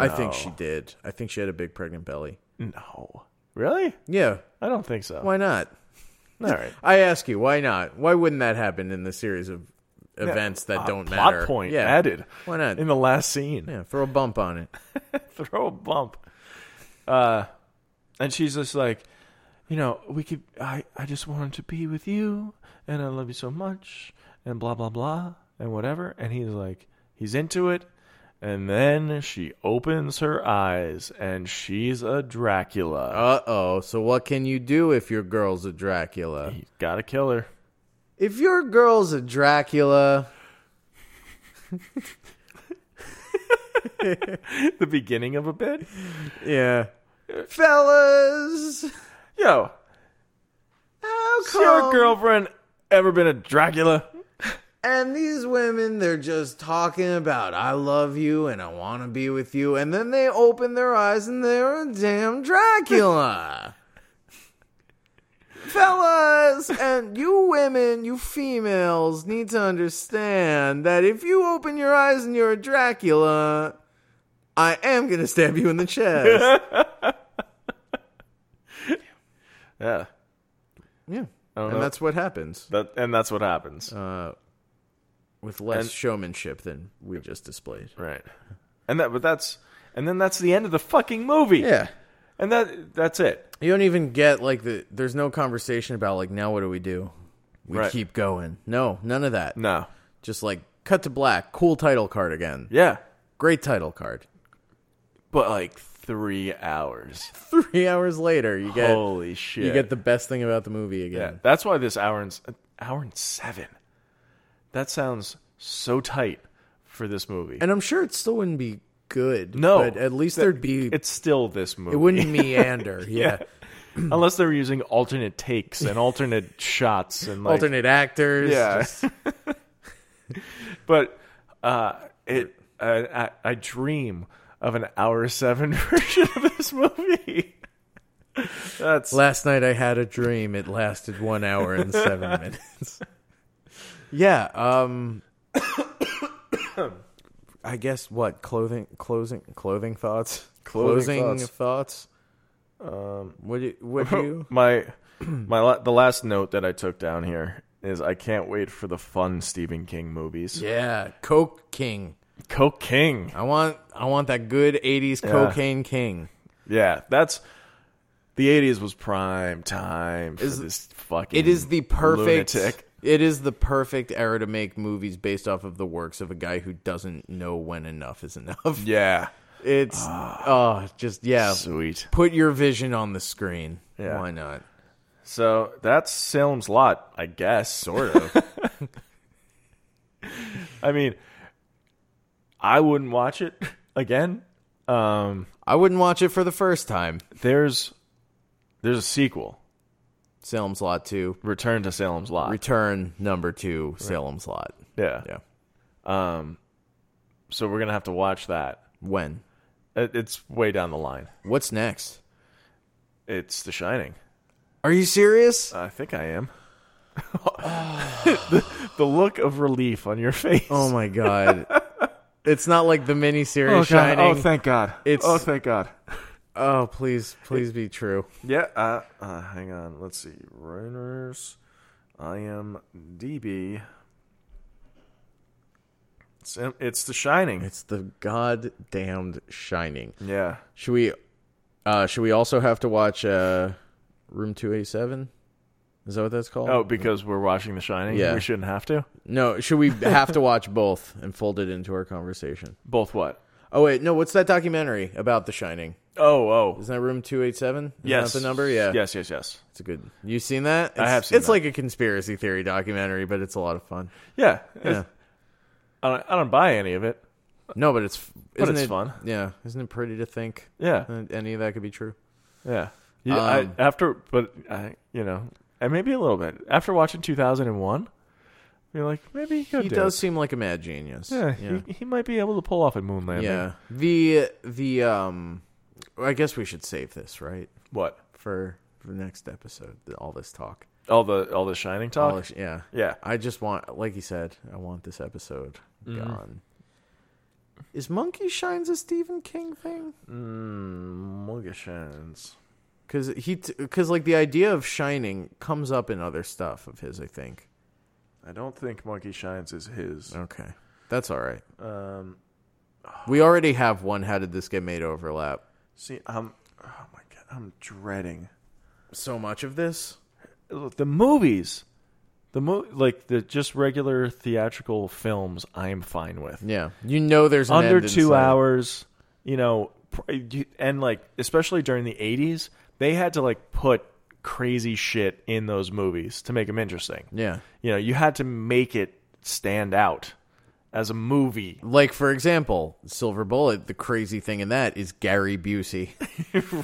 I think No. she did. I think she had a big pregnant belly. No, really? Yeah, I don't think so. why not? All right, I ask you, why not? Why wouldn't that happen in the series of events that Uh, don't plot matter? point yeah, added Why not? in the last scene. yeah, throw a bump on it. throw a bump. Uh, and she's just like, you know, we could. I I just wanted to be with you, and I love you so much, and blah blah blah, and whatever. And he's like, he's into it. And then she opens her eyes, and she's a Dracula. Uh oh. So what can you do if your girl's a Dracula? You gotta kill *laughs* her. If your girl's a Dracula, the beginning of a bit. yeah, fellas, Yo, how has come? your girlfriend ever been a Dracula? And these women, they're just talking about "I love you" and "I want to be with you," and then they open their eyes and they're a damn Dracula. *laughs* Fellas, and you women, you females, need to understand that if you open your eyes and you're a Dracula, I am gonna stab you in the chest. *laughs* Yeah, yeah, don't and know. that's what happens. that and that's what happens. Uh, with less And- showmanship than we just displayed. Right. And that but that's and then that's the end of the fucking movie. Yeah. And that that's it. You don't even get like the. There's no conversation about like now what do we do? We Right. keep going. No, none of that. No. Just like cut to black. Cool title card again. Yeah. Great title card. *laughs* But like 3 hours. Three hours later, you get Holy shit. you get the best thing about the movie yeah. again. That's why this hour and s- hour and 7. That sounds so tight for this movie. And I'm sure it still wouldn't be good. No. but at least there'd be. it's still this movie. *laughs* it wouldn't meander. Yeah, Unless they're using alternate takes *laughs* and alternate shots and like alternate actors. Yeah. just- But uh, it, I, I, I dream of an hour seven *laughs* version of this movie. That's last night I had a dream. It lasted one hour and *laughs* seven minutes. Yeah. Um. *coughs* I guess what clothing, closing, clothing thoughts, Clothing thoughts. Um. What do you, what do you? my my la- the last note that I took down here is I can't wait for the fun Stephen King movies. *laughs* Yeah, Coke King. Coke King, I want I want that good '80s cocaine king. yeah, that's the '80s was prime time for Is- this fucking. It is the perfect. lunatic. It is the perfect era to make movies based off of the works of a guy who doesn't know when enough is enough. Yeah, It's Ah, oh, just yeah. sweet. Put your vision on the screen. Yeah. Why not? So that's Salem's Lot, I guess, sort of. I mean, I wouldn't watch it *laughs* again. Um, *laughs* I wouldn't watch it for the first time. there's there's a sequel, Salem's Lot Two, Return to Salem's Lot. Return Number Two, Salem's Lot. yeah. Yeah. So we're gonna have to watch that. When? It, it's way down the line. What's next? It's The Shining. Are you serious? I think I am. *laughs* the, the look of relief on your *laughs* face. Oh my god! *laughs* it's not like the miniseries Shining. Oh, thank God. It's- oh, thank God. oh, please, please be true. Yeah, uh, uh, hang on. Let's see. Writers, IMDb. It's, um, it's The Shining. It's the goddamned Shining. Yeah. Should we? uh Should we also have to watch uh Room Two Eighty Seven? Is that what that's called? Oh, because we're watching The Shining. Yeah. We shouldn't have to. No, should we have to watch both and fold it into our conversation? Both what? Oh wait, no. What's that documentary about The Shining? Oh, oh. Isn't that Room Two Eight Seven? Yes. that the number. Yeah, Yes, yes, yes. It's a good. You seen that? It's, have seen It's that. like a conspiracy theory documentary, but it's a lot of fun. Yeah. Yeah. I, don't, I don't buy any of it. No, but it's But isn't it's it- fun. Yeah, isn't it pretty to think Yeah. that any of that could be true? Yeah. Yeah, Um, I, after, but I, you know, and maybe a little bit after watching 2001, you're like, maybe he could He do does it. seem like a mad genius. Yeah, yeah. He, he might be able to pull off a moon landing. Yeah. The the um, I guess we should save this right What? for for next episode. All this talk. All the all the shining talk. All this- yeah. yeah. I just want, like you said, I want this episode gone. Is Monkey Shines a Stephen King thing? Mm, Mugashans. Because he, because like the idea of shining comes up in other stuff of his. I think. I don't think Monkey Shines is his. Okay, that's all right. Um, We already have one. How did this get made overlap? see, I'm. Oh my god, I'm dreading So much of this. the movies. The mo like the just regular theatrical films. I'm fine with. Yeah, you know, there's an under end in two sight. hours you know pr- you- and like especially during the 80s they had to like put crazy shit in those movies to make them interesting Yeah, you know you had to make it stand out as a movie *laughs* like for example, Silver Bullet. The crazy thing in that is Gary Busey.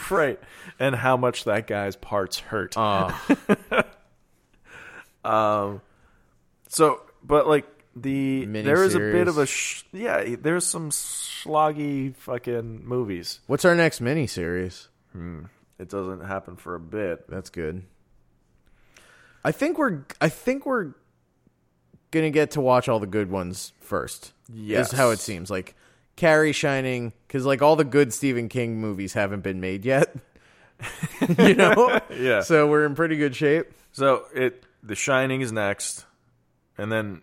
*laughs* right and how much that guy's parts hurt *laughs* Oh, Um, so but like the there is a bit of a Miniseries. sh- yeah there's some sloggy fucking movies what's our next miniseries? it doesn't happen for a bit That's good. I think we're I think we're gonna get to watch all the good ones first. Yes. is how it seems. Like Carrie, Shining, because like all the good Stephen King movies haven't been made yet. *laughs* you know, *laughs* Yeah. So we're in pretty good shape. So it The Shining is next, and then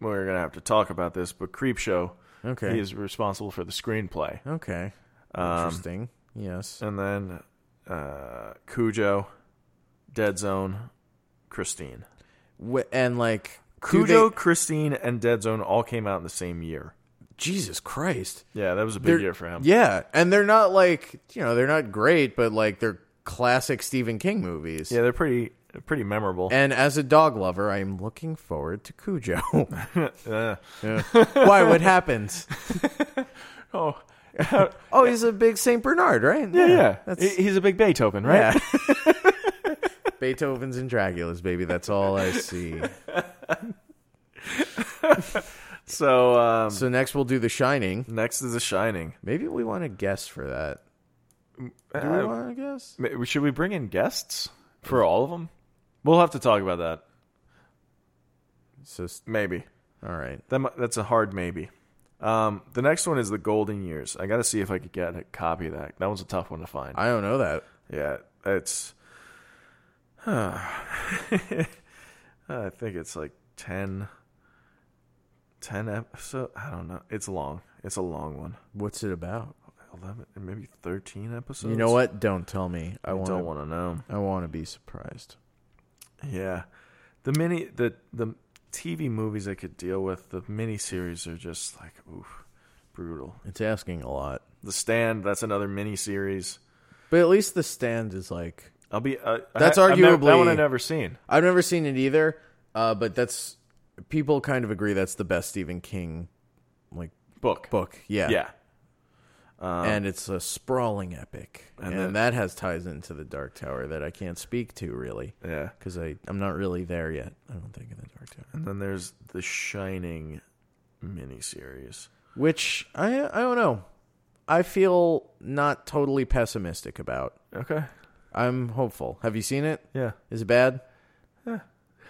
we're gonna have to talk about this. But Creepshow, Okay. he is Um, responsible for the screenplay, Okay, interesting. Yes. and then uh, Cujo, Dead Zone, Christine, Wh- And like do Cujo, they- Christine, and Dead Zone all came out in the same year. Jesus Christ. Yeah, that was a big They're- year for him. Yeah, and they're not like you know they're not great, but like they're classic Stephen King movies. Yeah, they're pretty pretty memorable. And as a dog lover, I am looking forward *laughs* to Cujo. *laughs* Uh, Why? What happens? *laughs* oh, *laughs* Oh, he's a big Saint Bernard, right? yeah, yeah. That's He- He's a big Beethoven, right? *laughs* Beethoven's and Dracula's baby. That's all *laughs* I see. So um, So next we'll do The Shining. next is The Shining. Maybe we want to guess for that. Do we Uh, want to guess? Ma- Should we bring in guests for all of them? We'll have to talk about that. So s- Maybe all right. that mu- that's a hard maybe. Um, the next one is the Golden Years. I got to see if I could get a copy of that. That one's a tough one to find. I don't know that. yeah, it's. *laughs* I think it's like 10, 10 episodes. I don't know. It's long. It's a long one. What's it about? Eleven, maybe thirteen episodes. You know what? Don't tell me. I I want. don't want to know. I want to be surprised. Yeah, the mini the the TV movies I could deal with. The miniseries are just like oof, brutal. It's asking a lot, The Stand that's another miniseries. but at least The Stand is like I'll be uh, That's I, I've never- that arguably- one I've never seen. I've never seen it either, uh, but that's people kind of agree that's the best Stephen King like Book. book. Yeah, Yeah. and it's a sprawling epic, and, then- that has ties into the Dark Tower that I can't speak to really Yeah. because I I'm not really there yet. I don't think in the Dark Tower, And then there's The Shining miniseries. which I I don't know. I feel not totally pessimistic about. Okay. I'm hopeful. Have you seen it? Yeah. Is it bad? *laughs*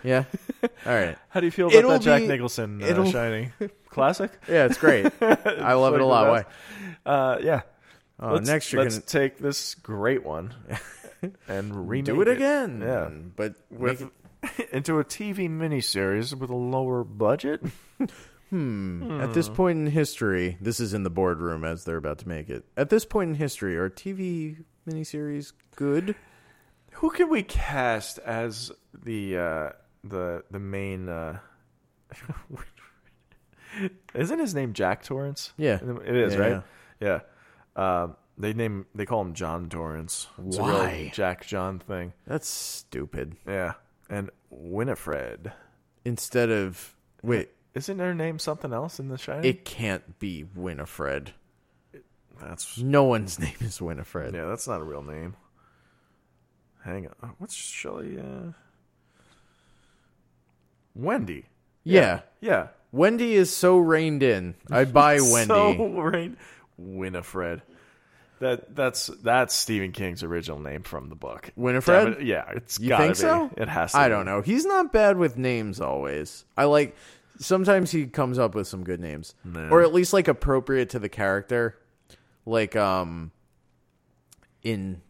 Yeah. All right. How do you feel about It'll that Jack be- Nicholson uh, it'll- Shining *laughs* classic? Yeah, it's great. *laughs* I love it a Like lot. the Why? best. Uh, yeah. Oh, let's, next you're let's gonna- take this great *laughs* one and remake do it again. Yeah. but with make it- *laughs* into a TV miniseries with a lower budget. at this point in history, this is in the boardroom as they're about to make it. At this point in history, are TV miniseries good? *laughs* Who can we cast as the uh, the the main? Uh... *laughs* Isn't his name Jack Torrance? Yeah. it is Yeah, right. Yeah. Um, they name they call him John Torrance. It's a real Why? Jack John thing? That's stupid. Yeah. And Winifred. Instead of wait, Isn't her name something else in The Shining? it can't be Winifred. that's No one's *laughs* name is Winifred. yeah. That's not a real name. Hang on. What's Shelley? Uh... Wendy. Yeah. Yeah. Wendy is so reined in. I buy Wendy. *laughs* So right, Winifred. That that's that's Stephen King's original name from the book. Winifred? Damn it, yeah, it's You gotta think be. so? It has. to I be. don't know. He's not bad with names always. I like sometimes he comes up with some good names. No. Or at least like appropriate to the character. Like um in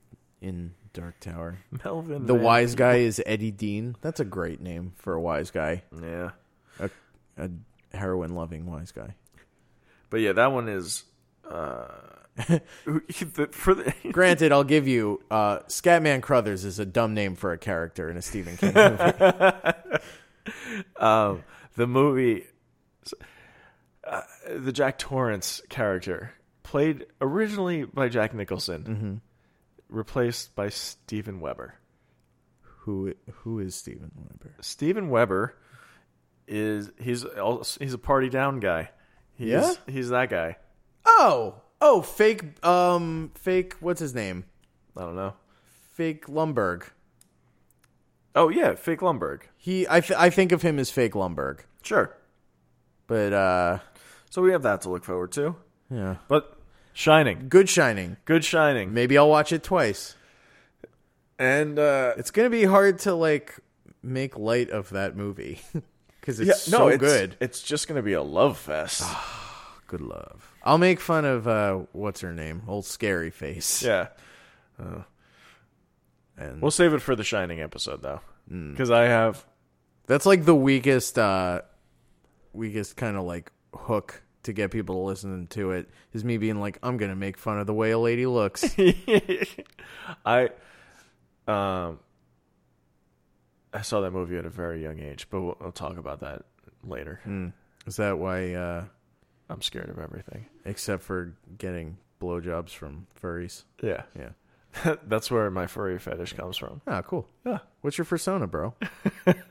in Dark Tower. Melvin. The Van- wise guy is Eddie Dean. That's a great name for a wise guy. Yeah, A, a heroin loving wise guy. but yeah, that one is. *laughs* Uh, the- for the *laughs* Granted, I'll give you uh Scatman Crothers is a dumb name for a character in a Stephen King *laughs* movie. um, the movie, uh, the Jack Torrance character played originally by Jack Nicholson, Mm-hmm. replaced by Steven Weber. who who is Stephen Weber? Steven Weber is he's also, he's a party down guy. He's, he's that guy. Oh, oh, fake, um, fake. What's his name? I don't know. Fake Lumberg. Oh yeah, fake Lumberg. He, I, th- I think of him as fake Lumberg, Sure. but uh, So we have that to look forward to. yeah, But Shining, Good Shining. good Shining, Maybe I'll watch it twice. and uh, It's gonna be hard to like make light of that movie *laughs* because it's yeah, so no, it's, good. Ah, It's just gonna be a love fest. Good love. I'll make fun of uh, what's her name, old scary face. yeah, and we'll save it for the Shining episode though, Mm. because I have *laughs* that's like the weakest, uh, weakest kind of like hook to get people to listen to it is me being like, I'm gonna make fun of the way a lady looks. *laughs* I um I saw that movie at a very young age, but we'll, we'll talk about that later. Mm. Is that why, uh, I'm scared of everything. except for getting blowjobs from furries? Yeah. Yeah. That's where my furry fetish comes from. Ah, cool. Yeah. What's your persona, bro? All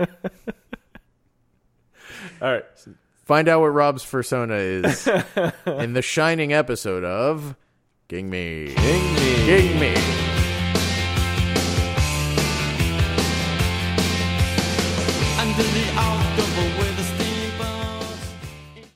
right. Find out what Rob's persona is in the Shining episode of Ging Me. Ging Me. Ging Me.